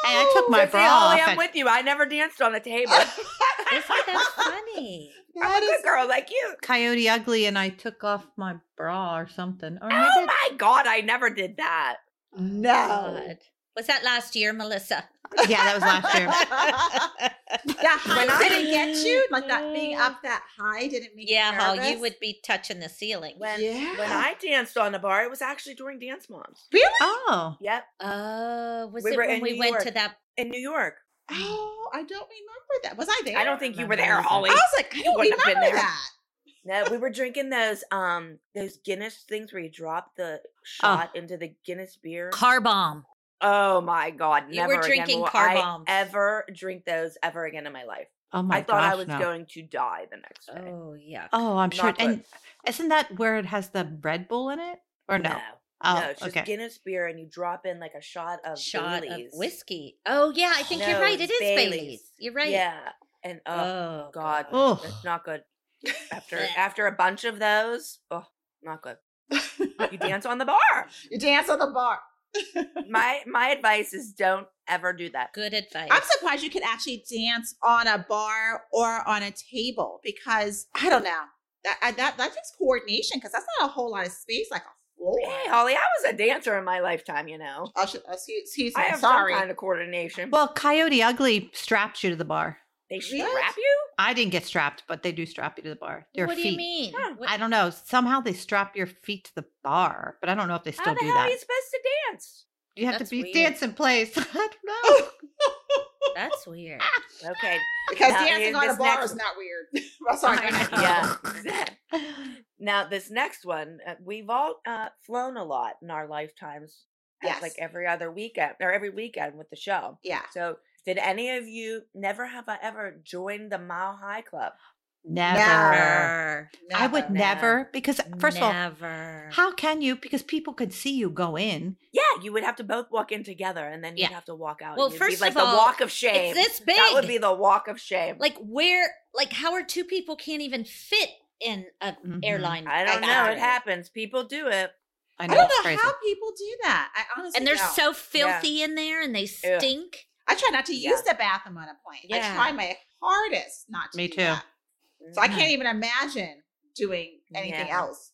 C: Hey, I took my
A: So see,
C: bra
A: Holly,
C: off.
A: I'm
C: and-
A: with you. I never danced on
C: [LAUGHS]
A: a table.
B: Isn't
D: [LAUGHS]
B: that
A: [LAUGHS]
B: funny?
A: I'm
D: That
A: a good
D: is
A: girl like you.
C: Coyote Ugly and I took off my bra or something. Or
A: Oh
C: maybe
A: my god, I never did that. Oh. [LAUGHS]
D: no.
B: God. Was that last year, Melissa?
C: yeah, that was last year.
D: [LAUGHS] that
A: When
D: high
A: I- Mm,
D: didn't get you. Like that being up that high didn't make
B: Yeah,
D: you
B: Hall,
D: nervous.
B: you would be touching the ceiling.
A: When
D: yeah.
A: when I danced on the bar, it was actually during Dance Moms.
C: Oh,
A: Yep,
B: Oh, was
A: We
B: it
A: were
B: when
A: in
B: we
A: New
B: went
A: York.
B: to that?
A: in New York.
D: Oh, I don't remember that. Was I there?
A: I don't think you were
C: remember
A: there,
C: either. [LAUGHS]
A: Holly.
D: I was like, I don't
A: wouldn't have
D: remember
A: been there.
D: that.
A: No, we were drinking those um those Guinness things where you drop the
C: Oh.
A: shot into the Guinness beer.
B: Car bomb.
A: oh my god,
B: You
A: never
B: were
A: again
B: drinking
A: will
B: car
A: I
B: bombs.
A: ever drink those ever again in my life.
C: oh my
A: I thought
C: gosh,
A: I was
C: no.
A: going to die the next day.
B: Oh, yeah.
C: Oh, I'm sure.
A: Not good.
C: And isn't that where it has the Red Bull in it? Or no? oh,
A: no, it's just
C: okay.
A: Guinness beer, and you drop in like a shot of
B: Shot
A: Baileys.
B: of whiskey. Oh, yeah. I think you're
A: No,
B: right. It
A: it's
B: is Bailey's.
A: Baileys.
B: You're right.
A: Yeah, and oh,
B: Oh,
A: God,
C: Ugh.
A: that's not good. After
B: Blech.
A: after a
D: [LAUGHS]
A: bunch of those, oh, not good. You dance on the bar.
D: You dance on the bar. [LAUGHS]
A: my my advice is don't ever do that.
B: Good advice.
D: I'm surprised you can actually dance on a bar or on a table because I don't know. That I- that that takes coordination because that's not a whole lot of space like a floor.
A: Hey, Holly, I was a dancer in my lifetime, you know.
D: Oh, should- excuse, excuse
A: I
D: me.
A: have
D: Sorry.
A: some kind of coordination.
C: Well, Coyote Ugly straps you to the bar.
A: they
D: Really?
A: strap you?
C: I didn't get strapped, but they do strap you to the bar. Their
B: what
C: feet.
B: do you mean?
A: Huh.
B: What-
C: I don't know. Somehow they strap your feet to the bar, but I don't know if they still
A: How the
C: do
A: hell
C: that.
A: are you supposed to dance?
C: you have to
B: That's
C: be
B: weird.
C: dancing place. [LAUGHS] I don't know.
B: That's weird.
A: Okay.
D: because
A: Now,
D: dancing
A: in
D: on a
A: this
D: bar
A: next-
D: is not weird. [LAUGHS] I'm sorry. go ahead.
A: yeah. [LAUGHS]
C: [LAUGHS]
A: Now, this next one, uh, we've all uh, flown a lot in our lifetimes. as,
D: Yes.
A: Like every other weekend or every weekend with the show.
D: Yeah.
A: So, did any of you never have I ever joined the Mile High Club?
C: Never.
B: Uh, Never.
C: I would
B: no.
C: never because first of all,
B: never.
C: how can you? Because people could see you go in.
A: Yeah, you would have to both walk in together and then you'd
B: Yeah.
A: have to walk out.
B: Well,
A: It'd be
B: first
A: like
B: of
A: the
B: all,
A: walk of shame.
B: It's this big.
A: That would be the walk of shame.
B: like where? Like how are two people can't even fit in an
C: Mhm.
B: airline?
A: I don't
D: I
A: know.
D: got
A: It
D: it.
A: happens. People do it.
C: Mm-hmm. I
D: I
C: know
D: don't
C: it's
D: know
C: crazy.
D: how people do that. I honestly
B: and they're
D: don't.
B: so filthy in there, and they
A: Ugh.
B: stink.
D: I try not to
A: Yeah.
D: use the bathroom on a plane.
B: Yeah.
D: I try my hardest not to.
C: Me
D: do
C: too.
D: that. So I
A: Mm.
D: can't even imagine doing anything
A: Yeah.
D: else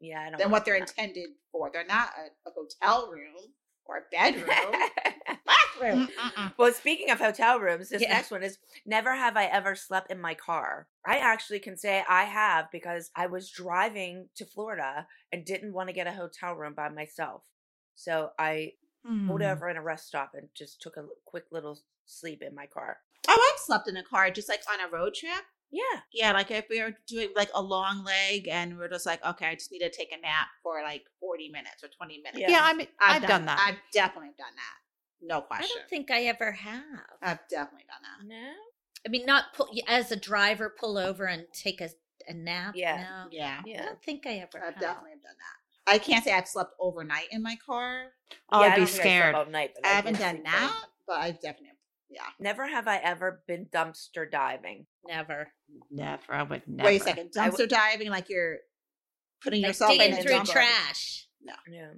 A: Yeah, I don't.
D: than
A: know
D: what they're
A: about
D: intended for. They're not a, a hotel room or a
A: [LAUGHS]
D: bedroom,
A: that.
D: bathroom.
C: Mm-mm-mm.
A: well, speaking of hotel rooms, this
B: Yeah.
A: next one is never have I ever slept in my car. I actually can say I have because I was driving to Florida and didn't want to get a hotel room by myself. So I pulled
C: Hmm.
A: over in a rest stop and just took a l- quick little sleep in my car.
D: Oh, I've slept in a car just like on a road trip.
A: Yeah.
D: Yeah, like if we were doing like a long leg and we're just like, okay, I just need to take a nap for like 40 minutes or 20 minutes.
A: Yeah.
C: Yeah, I mean, I've, done, that.
D: Hmm. I've definitely done that. No
B: I
D: question.
B: don't think I ever have.
D: I've definitely done
A: No.
B: I mean, not pull, as a driver, pull over and take a, a nap.
A: Yeah.
B: No.
D: that. Yeah.
B: I
A: Yeah.
B: don't think I ever.
D: I've
B: have.
D: definitely have done that. I can't say I've slept overnight in my car.
C: oh,
A: yeah,
C: I'd
A: I
C: be
A: don't think I slept
C: scared.
A: all night, but
D: I
A: I
D: haven't
A: did
D: done
A: sleep in.
D: that, but I've definitely, yeah.
A: Never have I ever been dumpster diving.
B: Never.
C: Never. I would never.
D: Wait a second, dumpster
A: I w-
D: diving like you're putting
B: Like
D: yourself in
B: digging
D: a
B: through
D: dumpster.
B: trash.
A: Yeah.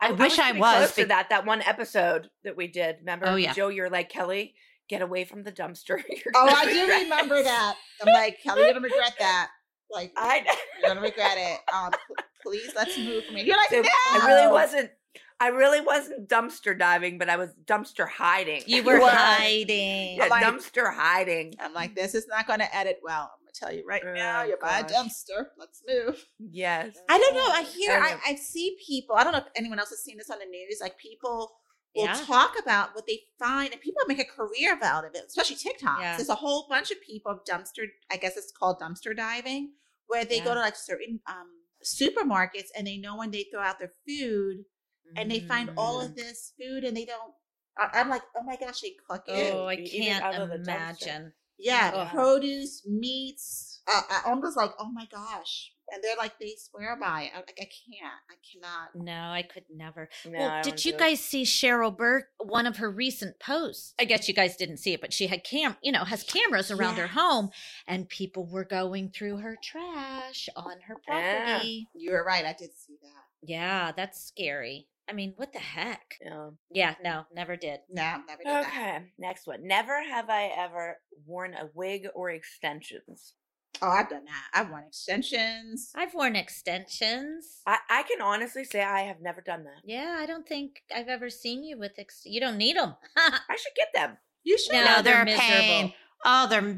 C: I wish I
A: pretty
C: was,
A: close to
C: bec-
A: that that one episode that we did. Remember,
C: Oh, yeah.
A: Joe, you're like Kelly, get away from the dumpster. [LAUGHS] You're
D: Oh,
A: gonna
D: I do
A: regret
D: remember
A: this."
D: that. I'm like, Kelly, you're gonna regret that. Like,
A: I
D: [LAUGHS] you're gonna regret it. Um, p- please, let's move from here. You're like,
A: So
D: no,
A: I really wasn't. I really wasn't dumpster diving, but I was dumpster hiding. [LAUGHS]
B: You were
D: were.
B: hiding.
A: Yeah,
D: like-
A: dumpster hiding.
D: I'm like, this is not gonna edit well. I'm gonna tell you right now.
A: Oh,
D: You're by a
A: gosh.
D: dumpster. Let's move.
A: Yes.
D: I don't know. I hear.
A: I
D: I,
A: know.
D: I see people. I don't know if anyone else has seen this on the news. Like people will
B: Yeah.
D: talk about what they find, and people make a career out of it, especially TikTok.
B: Yeah.
D: There's a whole bunch of people dumpster. I guess it's called dumpster diving, where they
B: Yeah.
D: go to like certain um, supermarkets and they know when they throw out their food, and they find all
B: Mm.
D: of this food, and they don't. I, I'm like, oh my gosh, they cook it.
B: Oh, I
A: You eat it out of
B: can't
A: the dumpster.
B: imagine.
D: Yeah,
A: Ugh.
D: produce, meats. Uh, I- I'm just like, oh my gosh. And they're like, they swear by it. I'm like, I can't. I cannot.
B: No, I could never.
A: No, I
B: well,
A: wouldn't
B: did you
A: do it.
B: guys see Cheryl Burke? One of her recent posts. I guess you guys didn't see it, but she had cam, you know, has cameras around her
D: Yes.
B: home, and people were going through her trash on her
A: Yeah.
B: property.
D: You're right. I did see that.
B: Yeah, that's scary. I mean, what the heck?
A: Yeah.
B: Yeah, no, never did.
D: No, never did that.
A: Okay. Next one. Never have I ever worn a wig or extensions.
D: Oh, I've done that. I've worn extensions.
B: I've worn extensions.
A: I, I can honestly say I have never done that.
B: yeah, I don't think I've ever seen you with ex. You don't need them.
A: I should get them.
D: You should.
B: No,
C: No,
D: have.
B: they're
C: Oh, they're, a pain.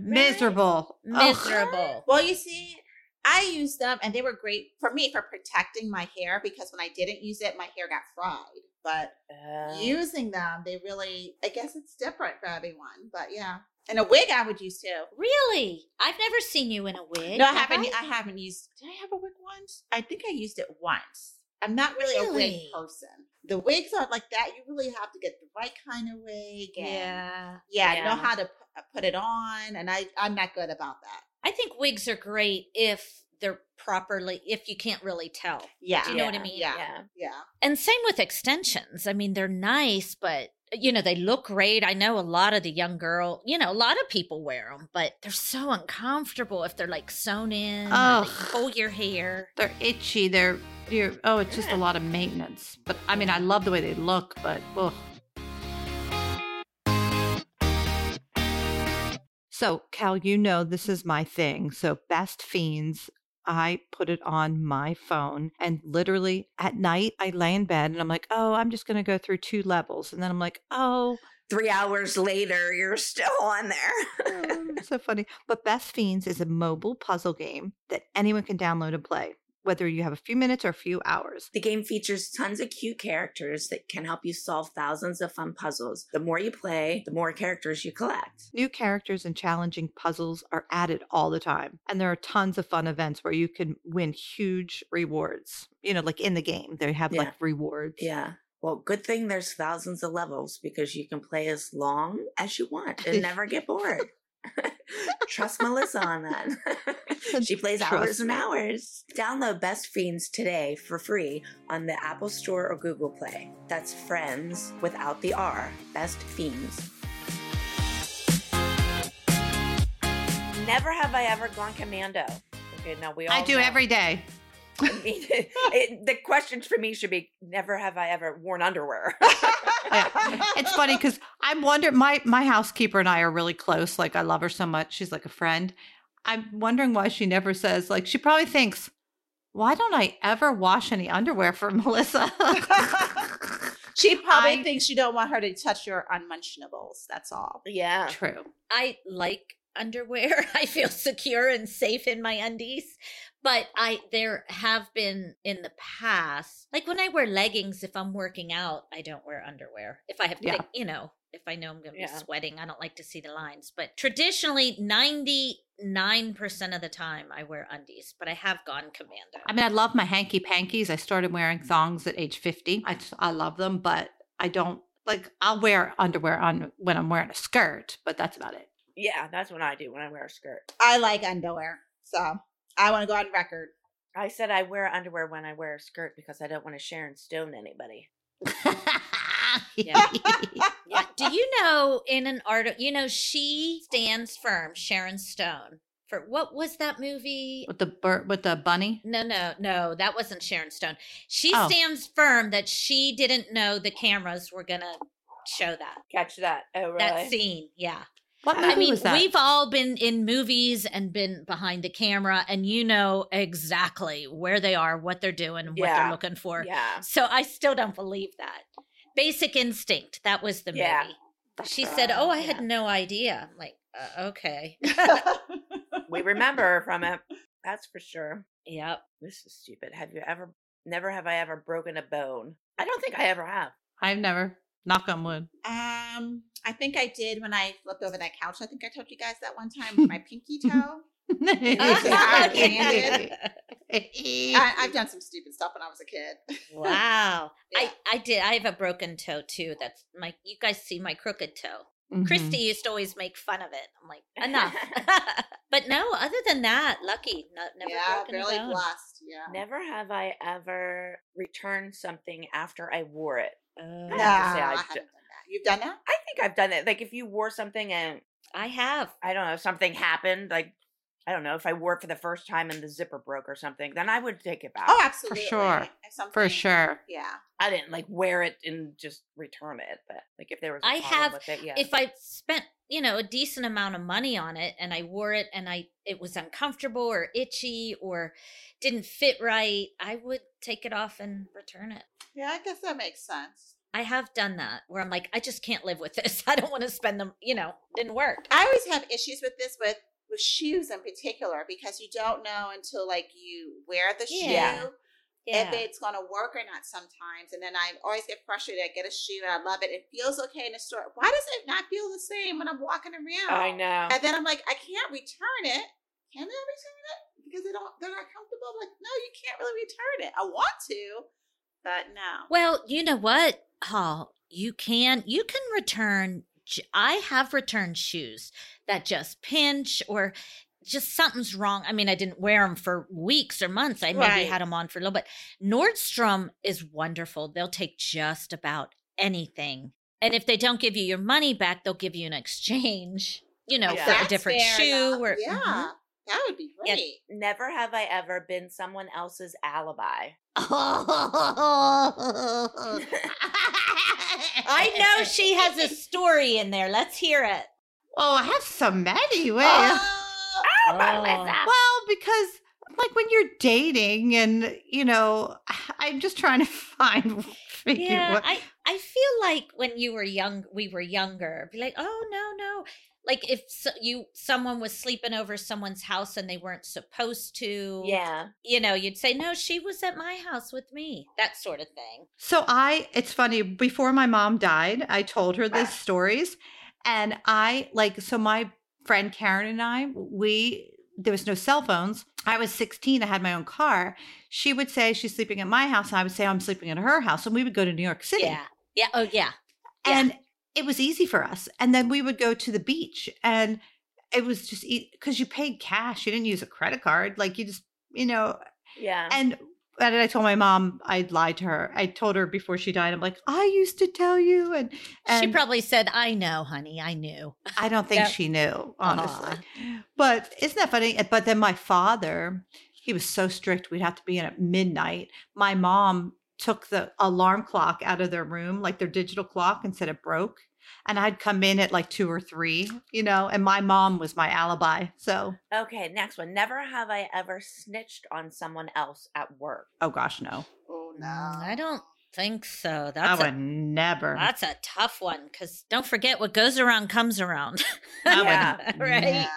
C: Oh,
B: miserable.
C: they're miserable. Oh, Ugh. [LAUGHS]
B: Miserable.
D: Well, you see, I used them and they were great for me for protecting my hair because when I didn't use it, my hair got fried. But
A: Uh,
D: using them, they really, I guess it's different for everyone. But yeah. And a wig I would use too.
B: [LAUGHS] Really? I've never seen you
A: [LAUGHS]
B: in a wig.
D: No, I
B: have
D: haven't. I haven't used. Did I have a wig once? I think I used it once. I'm not really, a
B: Really?
D: wig person. The wigs are like that. You really have to get the right kind of wig. And yeah,
B: Yeah.
D: Know
A: Yeah.
D: how to pu- put it on, and I I'm not good about that.
B: I think wigs are great if they're properly, if you can't really tell.
D: Yeah,
B: Do you know what I
A: Yeah.
B: mean?
D: yeah,
A: Um, yeah.
D: yeah.
B: [LAUGHS]
D: [LAUGHS]
B: And same with extensions. I mean, they're nice, but you know, they look great. I know a lot of the young girl, you know, a lot of people wear them, but they're so uncomfortable if they're like sewn in. or
C: Ugh.
B: they pull your hair.
C: They're itchy. They're You're, oh, it's just a lot of maintenance. But I mean, I love the way they look, but ugh. So, Cal, you know this is my thing. So, Best Fiends, I put it on my phone. And literally at night, I lay in bed and I'm like, oh, I'm just going to go through two levels. And then I'm like, oh, [LAUGHS]
A: Three hours later, you're still on there.
C: Oh, so funny. But Best Fiends is a mobile puzzle game that anyone can download and play, whether you have a few minutes or a few hours.
A: [LAUGHS] The game features tons of cute characters that can help you solve thousands of fun puzzles. The more you play, the more characters you collect.
C: New characters and challenging puzzles are added all the time. And there are tons of fun events where you can win huge rewards. You know, like in the game, they have
A: Yeah.
C: like rewards.
A: Yeah. Well, good thing there's thousands of levels because you can play as long as you
C: [LAUGHS]
A: want and never get bored. [LAUGHS] Trust Melissa on that. [LAUGHS] she plays
C: Trust
A: hours and
C: me.
A: hours. Download Best Fiends today for free on the Apple Store or Google Play. That's friends without the R. Best Fiends. Never have I ever gone commando. Okay, now we all
C: I do
A: know.
C: every day.
A: I mean, [LAUGHS] it, the questions for me should be: Never have I ever worn underwear. [LAUGHS]
C: It's funny because I wonder my my housekeeper and I are really close. Like I love her so much. She's like a friend. I'm wondering why she never says like she probably thinks, why don't I ever wash any underwear for [LAUGHS]
A: [LAUGHS]
C: Melissa?
D: She probably
C: I-
D: thinks you don't want her to touch your unmentionables. That's all.
A: yeah,
C: True.
B: I like underwear. [LAUGHS] I feel secure and safe in my undies. But I there have been in the past, like when I wear leggings if I'm working out, I don't wear underwear. If I have
C: Yeah.
B: thick- you know, if I know I'm going to
A: Yeah.
B: be sweating, I don't like to see the lines. But traditionally 99% of the time I wear undies, but I have gone commando. [LAUGHS]
C: I mean, I love my hanky pankies. I started wearing thongs at age 50. I just- I love them, but I don't like I'll wear underwear on when I'm wearing a skirt, but that's about it.
A: yeah. That's what I do when I wear a skirt.
D: I like underwear. So I want to go on record.
A: I said I wear underwear when I wear a skirt because I don't want to Sharon Stone anybody.
B: Yeah. Yeah. Do you know in an article, you know, she stands firm, Sharon Stone, for what was that movie?
C: [LAUGHS] with the bur- with the bunny.
B: No, no, no, that wasn't Sharon Stone. She
C: Oh.
B: stands firm that she didn't know the cameras were going to show that
A: Catch that. Oh, really?
B: that scene. Yeah.
C: What movie
B: I mean,
C: was that?
B: we've all been in movies and been behind the camera and you know exactly where they are, what they're doing, what
A: Yeah.
B: they're looking for.
A: yeah.
B: So I still don't believe that. Basic Instinct, that was the
A: Yeah.
B: movie. She said,
A: right.
B: "Oh, I
A: Yeah.
B: had no idea." I'm like, uh,
A: [LAUGHS]
B: okay,
A: We remember from it. That's for sure.
B: yep.
A: This is stupid. Have you ever? Never have I ever broken a bone. I don't think I ever have.
C: I've never. Knock on
B: [LAUGHS]
C: wood.
D: [LAUGHS] um, I think I did when I flipped over that couch. I think I told you guys that one time with my pinky toe.
B: [LAUGHS]
C: [LAUGHS]
D: I, I've done some stupid stuff when I was a kid.
B: wow,
D: Yeah.
B: I I did. I have a broken toe too. That's my. You guys see my crooked toe.
D: Mm-hmm.
C: Mhm.
B: Christy used to always make fun of it. I'm like,
D: [LAUGHS]
B: enough. [LAUGHS] but no, other than that, lucky. No, never
D: yeah,
B: broken a
D: really
B: bone.
D: blessed. Yeah.
A: Never have I ever returned something after I wore it.
B: Oh,
A: No.
D: No, I
A: I
D: haven't
A: d-
D: done that. You've done that?
A: I think I've done it. Like if you wore something and
B: I have.
A: I don't know, if something happened, like I don't know, if I wore it for the first time and the zipper broke or something, then I would take it back.
D: Oh, absolutely.
C: sure.
D: If something-
C: For
B: [LAUGHS]
C: sure.
D: Yeah.
A: I didn't like wear it and just return it, but like if there was, a
B: I
A: problem
B: have-
A: With it, yeah.
B: If I spent, you know, a decent amount of money on it and I wore it and I it was uncomfortable or itchy or didn't fit right, I would take it off and return it.
D: Yeah, I guess that makes sense.
B: I have done that where I'm like, I just can't live with this. [LAUGHS] I don't want to spend them, you know, didn't work.
D: I always have issues with this with with shoes in particular because you don't know until like you wear the shoe
B: Yeah.
D: if it's gonna work or not sometimes. And then I always get frustrated. I get a shoe and I love it. It feels okay in the store. Why does it not feel the same when I'm walking around?
A: I
B: Oh.
A: know.
D: And then I'm like, I can't return it. Can I return it? Because they don't they're not comfortable. I'm like, no, you can't really return it. I want to, but no.
B: Well, you know what, Hall? You can you can return. j- I have returned shoes that just pinch or just something's wrong. I mean, I didn't wear them for weeks or months. I maybe
D: Right.
B: had them on for a little bit. Nordstrom is wonderful. They'll take just about anything, and if they don't give you your money back, they'll give you an exchange. You know,
A: Yeah.
B: for a
D: That's
B: different
D: fair
B: shoe
D: enough.
B: or
D: yeah.
B: Mhm.
D: That would be
B: Yes.
D: great.
A: Never have I ever been someone else's alibi.
B: I
C: [LAUGHS]
B: know she
D: [LAUGHS]
B: has a story in there. Let's hear it.
C: Oh, I have so many ways.
D: Oh,
B: Oh.
C: Well, because like when you're dating and you know, [SIGHS] I'm just trying to [LAUGHS] find figure
B: Yeah,
C: what-
B: I, I feel like when you were young, we were younger. Be like, oh no, no. Like if so, you someone was sleeping over someone's house and they weren't supposed to.
A: Yeah.
B: you know, you'd say, no, she was at my house with me. That sort of thing.
C: So I it's funny, before my mom died, I told her
B: Ah.
C: these stories and I like so my friend Karen and I, we there was no cell phones. I was 16, I had my own car. She would say she's sleeping at my house, and I would say I'm sleeping at her house, and we would go to New York City.
B: Yeah. Yeah. Oh yeah. Yeah.
C: and it was easy for us and then we would go to the beach and it was just because you paid cash you didn't use a credit card like you just you know
A: Yeah.
C: and and I told my mom I lied to her. I told her before she died. I'm like, I used to tell you, and, and
B: she probably said, I know, honey, I knew.
C: I don't think
B: Yeah.
C: she knew, honestly. But isn't that funny? But then my father, he was so strict. We'd have to be in at midnight. My mom took the alarm clock out of their room, like their digital clock, and said it broke. And I'd come in at like two or three, you know, and my mom was my alibi. So,
A: okay, next one. Never have I ever snitched on someone else at work.
C: oh gosh, no.
D: oh no.
B: Mm, I don't think so.
C: I
B: That's
C: would
B: a,
C: never.
B: that's a tough one because don't forget what goes around comes around. [LAUGHS]
C: I would
A: Yeah.
B: right.
D: Yeah,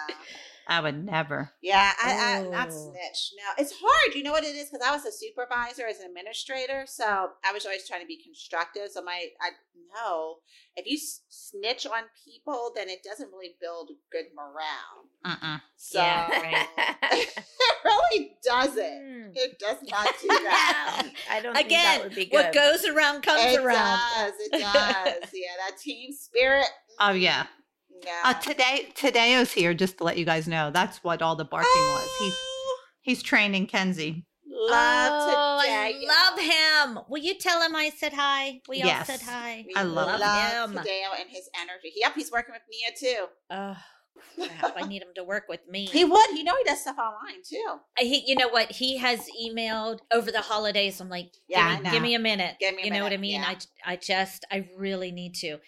C: I would never.
D: yeah I, I not
B: Ooh.
D: snitch. No, it's hard. You know what it is because I was a supervisor as an administrator, so I was always trying to be constructive. So my, I no, if you s- snitch on people, then it doesn't really build good morale.
C: Mm-mm.
D: So [LAUGHS]
B: Yeah,
D: it really doesn't.
A: Hmm.
D: It does not do that.
A: I don't think
B: Again,
A: that would be good.
B: what goes around [LAUGHS] comes
D: it
B: around.
D: does.
B: [LAUGHS]
D: It does. Yeah, that team spirit. mm,
C: Oh yeah.
D: Yeah.
C: Uh, today, Tadeo's here just to let you guys know. That's what all the barking was. He he's training Kenzie.
D: love to
B: oh,
D: tag him.
B: I love him. Will you tell him I said hi? We
C: Yes.
B: all said hi.
D: We
C: I love
B: him.
D: Tadeo and his energy. Yep, he's working with Mia too.
B: Oh crap! I need him to work with me.
D: [LAUGHS] He would. You know he does stuff online too.
B: I- he, you know what? He has emailed over the holidays. I'm like,
D: Yeah,
B: give
D: I
B: me, give
D: know.
B: me a minute.
D: Give me a
B: you know what I
D: minute,
B: mean?
D: yeah.
B: I, I just, I really need to.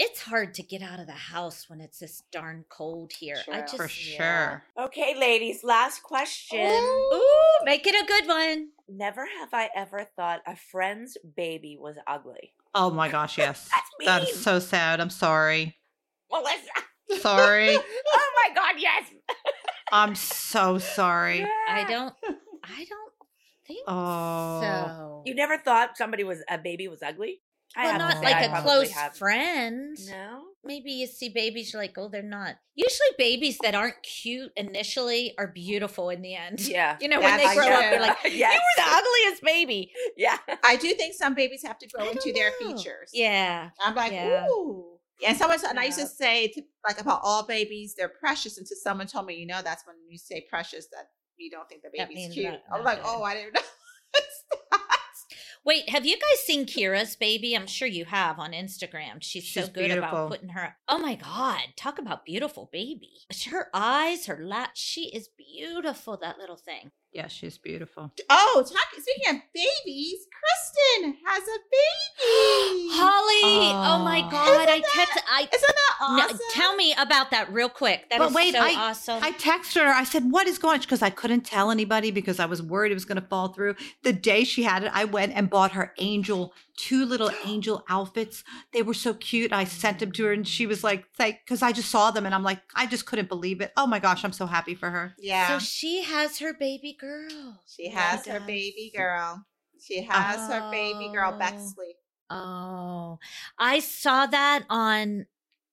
B: It's hard to get out of the house when it's this darn cold here.
D: True.
B: I just,
C: For
B: yeah.
C: sure.
A: okay, ladies, last question.
B: Ooh, make it a good one.
A: Never have I ever thought a friend's baby was ugly.
C: Oh my [LAUGHS] gosh, yes.
A: That's mean.
C: That is so sad. I'm sorry.
A: [LAUGHS] Melissa.
C: [LAUGHS] Sorry.
A: Oh my god, yes.
C: I'm so sorry.
B: I
A: Yeah.
D: [LAUGHS]
B: don't, I don't think
C: Oh.
B: so.
A: You never thought somebody was a baby was ugly? I
B: well,
A: have to
B: not
A: say
B: like
A: I
B: a
A: probably
B: close
A: have.
B: friend.
A: No.
B: [LAUGHS] Maybe you see babies, you're like, oh, they're not. Usually, babies that aren't cute initially are beautiful in the end.
A: Yeah.
B: You know,
D: That's
B: when they grow up,
D: true.
A: [LAUGHS]
B: you're like,
A: yes.
B: you were the ugliest baby.
A: yeah.
D: I do think some babies have to
B: I
D: grow
B: don't
D: into their
B: know.
D: features.
B: Yeah.
D: I'm like,
B: Yeah.
D: ooh. And someone, and I used
A: Yeah.
D: to say, to, like about all babies, they're precious. Until someone told me, you know, that's when you say precious that you don't think the
B: That
D: baby's
B: means
D: cute.
B: not-
D: I'm
B: not
D: like,
B: good.
D: oh, I didn't [LAUGHS] know.
B: Wait, have you guys seen Kira's baby? I'm sure you have on Instagram. She's,
C: She's
B: so good
C: beautiful.
B: about putting her. Oh my God. Talk about beautiful baby. Her eyes, her lap. She is beautiful, that little thing.
C: Yeah, she's beautiful.
D: oh, talking. Speaking of babies, Kristen has
B: [GASPS]
D: a baby.
B: Holly. Oh, my
C: Aw.
B: God. I
D: Isn't
B: kept. I.
D: Isn't that
B: No,
D: awesome?
B: tell me about that real quick. That
C: But
B: is
C: wait,
B: so
C: I-
B: awesome.
C: I texted her. I said, "What is going?" Because I couldn't tell anybody because I was worried it was going to fall through. The day she had it, I went and bought her angel two [GASPS] little angel outfits. They were so cute. I sent them to her, and she was like, "Thank," because I just saw them, and I'm like, I just couldn't believe it. Oh my gosh, I'm so happy for her.
D: Yeah,
B: So she has her baby girl.
D: she has
B: She
D: her
B: does.
D: baby girl. She has her baby girl,
B: Oh.
D: Bexley.
B: Oh, I saw that on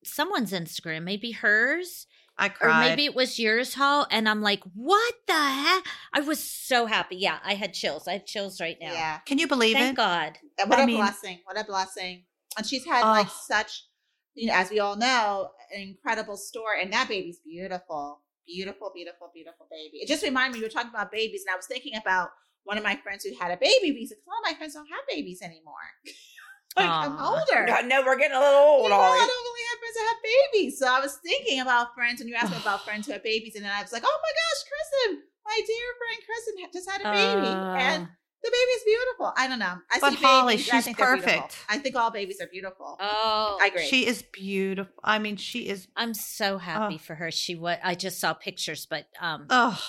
B: someone's Instagram, maybe hers,
C: I
B: or
C: cried.
B: maybe it was yours, Hall. And I'm like, what the heck? I was so happy. Yeah, I had chills. I have chills right now.
D: Yeah,
C: Can you believe
B: Thank
C: it?
B: God.
D: And what
C: I
D: a
C: mean-
D: blessing! What a blessing! And she's had like
C: Oh.
D: such, you know, as we all know, an incredible story. And that baby's beautiful, beautiful, beautiful, beautiful baby. It just reminded me you were talking about babies, and I was thinking about one of my friends who had a baby because a lot of my friends don't have babies anymore. [LAUGHS] Like I'm
B: Aw.
D: older.
A: God, no, we're getting a little
C: Oh,
A: old,
D: You know, I
A: Ollie.
D: don't really have friends that have babies. So I was thinking about friends, and you asked me about
C: [SIGHS]
D: friends who have babies, and then I was like, oh my gosh, Kristen, my dear friend Kristen ha- just had a baby,
B: Uh,
D: and the baby's beautiful. I don't know. I
C: Uh. But
D: see
C: Holly,
D: babies, and I
C: she's
D: think they're beautiful.
C: perfect.
D: I think all babies are beautiful.
B: Oh,
D: I agree.
C: She is beautiful. I mean, she is.
B: I'm so happy
C: Oh.
B: for her. She was. I just saw pictures, but um,
C: Oh,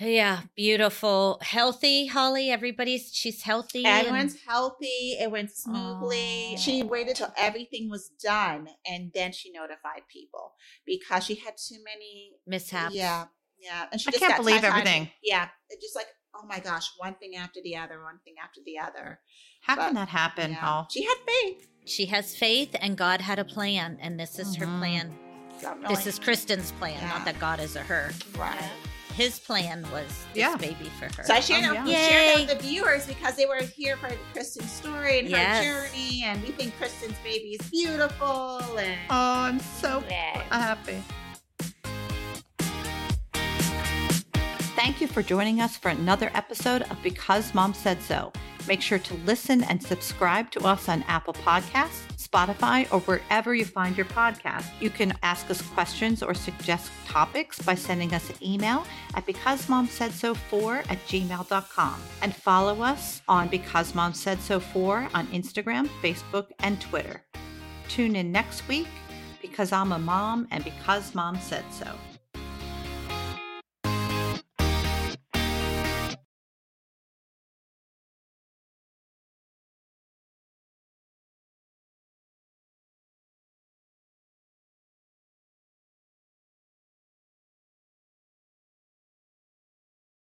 B: yeah, beautiful, healthy. Holly, everybody's she's healthy. and-
D: Everyone's healthy. It went smoothly.
B: Aw.
D: She waited till everything was done, and then she notified people because she had too many
B: mishaps.
D: Yeah, yeah. And she
C: I
D: just
C: can't
D: got
C: believe
D: tired-
C: everything.
D: Yeah, it just like oh my gosh, one thing after the other, one thing after the other.
C: how can
D: But,
C: that happen?
D: Yeah.
C: Hol?
D: She had faith.
B: She has faith, and God had a plan, and this is her
C: Mhm.
B: plan.
D: So I'm
B: This
D: like,
B: is Kristen's plan,
D: Yeah.
B: not that God is a her.
D: right.
B: His plan was this
C: Yeah.
B: baby for her.
D: So I shared,
C: Oh,
D: that-
B: yeah.
D: shared
B: Yay.
D: that with the viewers because they were here for Kristen's story and
B: Yes.
D: her journey, and we think Kristen's baby is beautiful. And
C: Oh, I'm so
B: Yeah.
C: happy. Thank you for joining us for another episode of Because Mom Said So. Make sure to listen and subscribe to us on Apple Podcasts, Spotify, or wherever you find your podcast. You can ask us questions or suggest topics by sending us an email at because mom said so 4 at gmail.com and follow us on because mom said so 4 on Instagram, Facebook, and Twitter. Tune in next week because I'm a mom and because mom said so.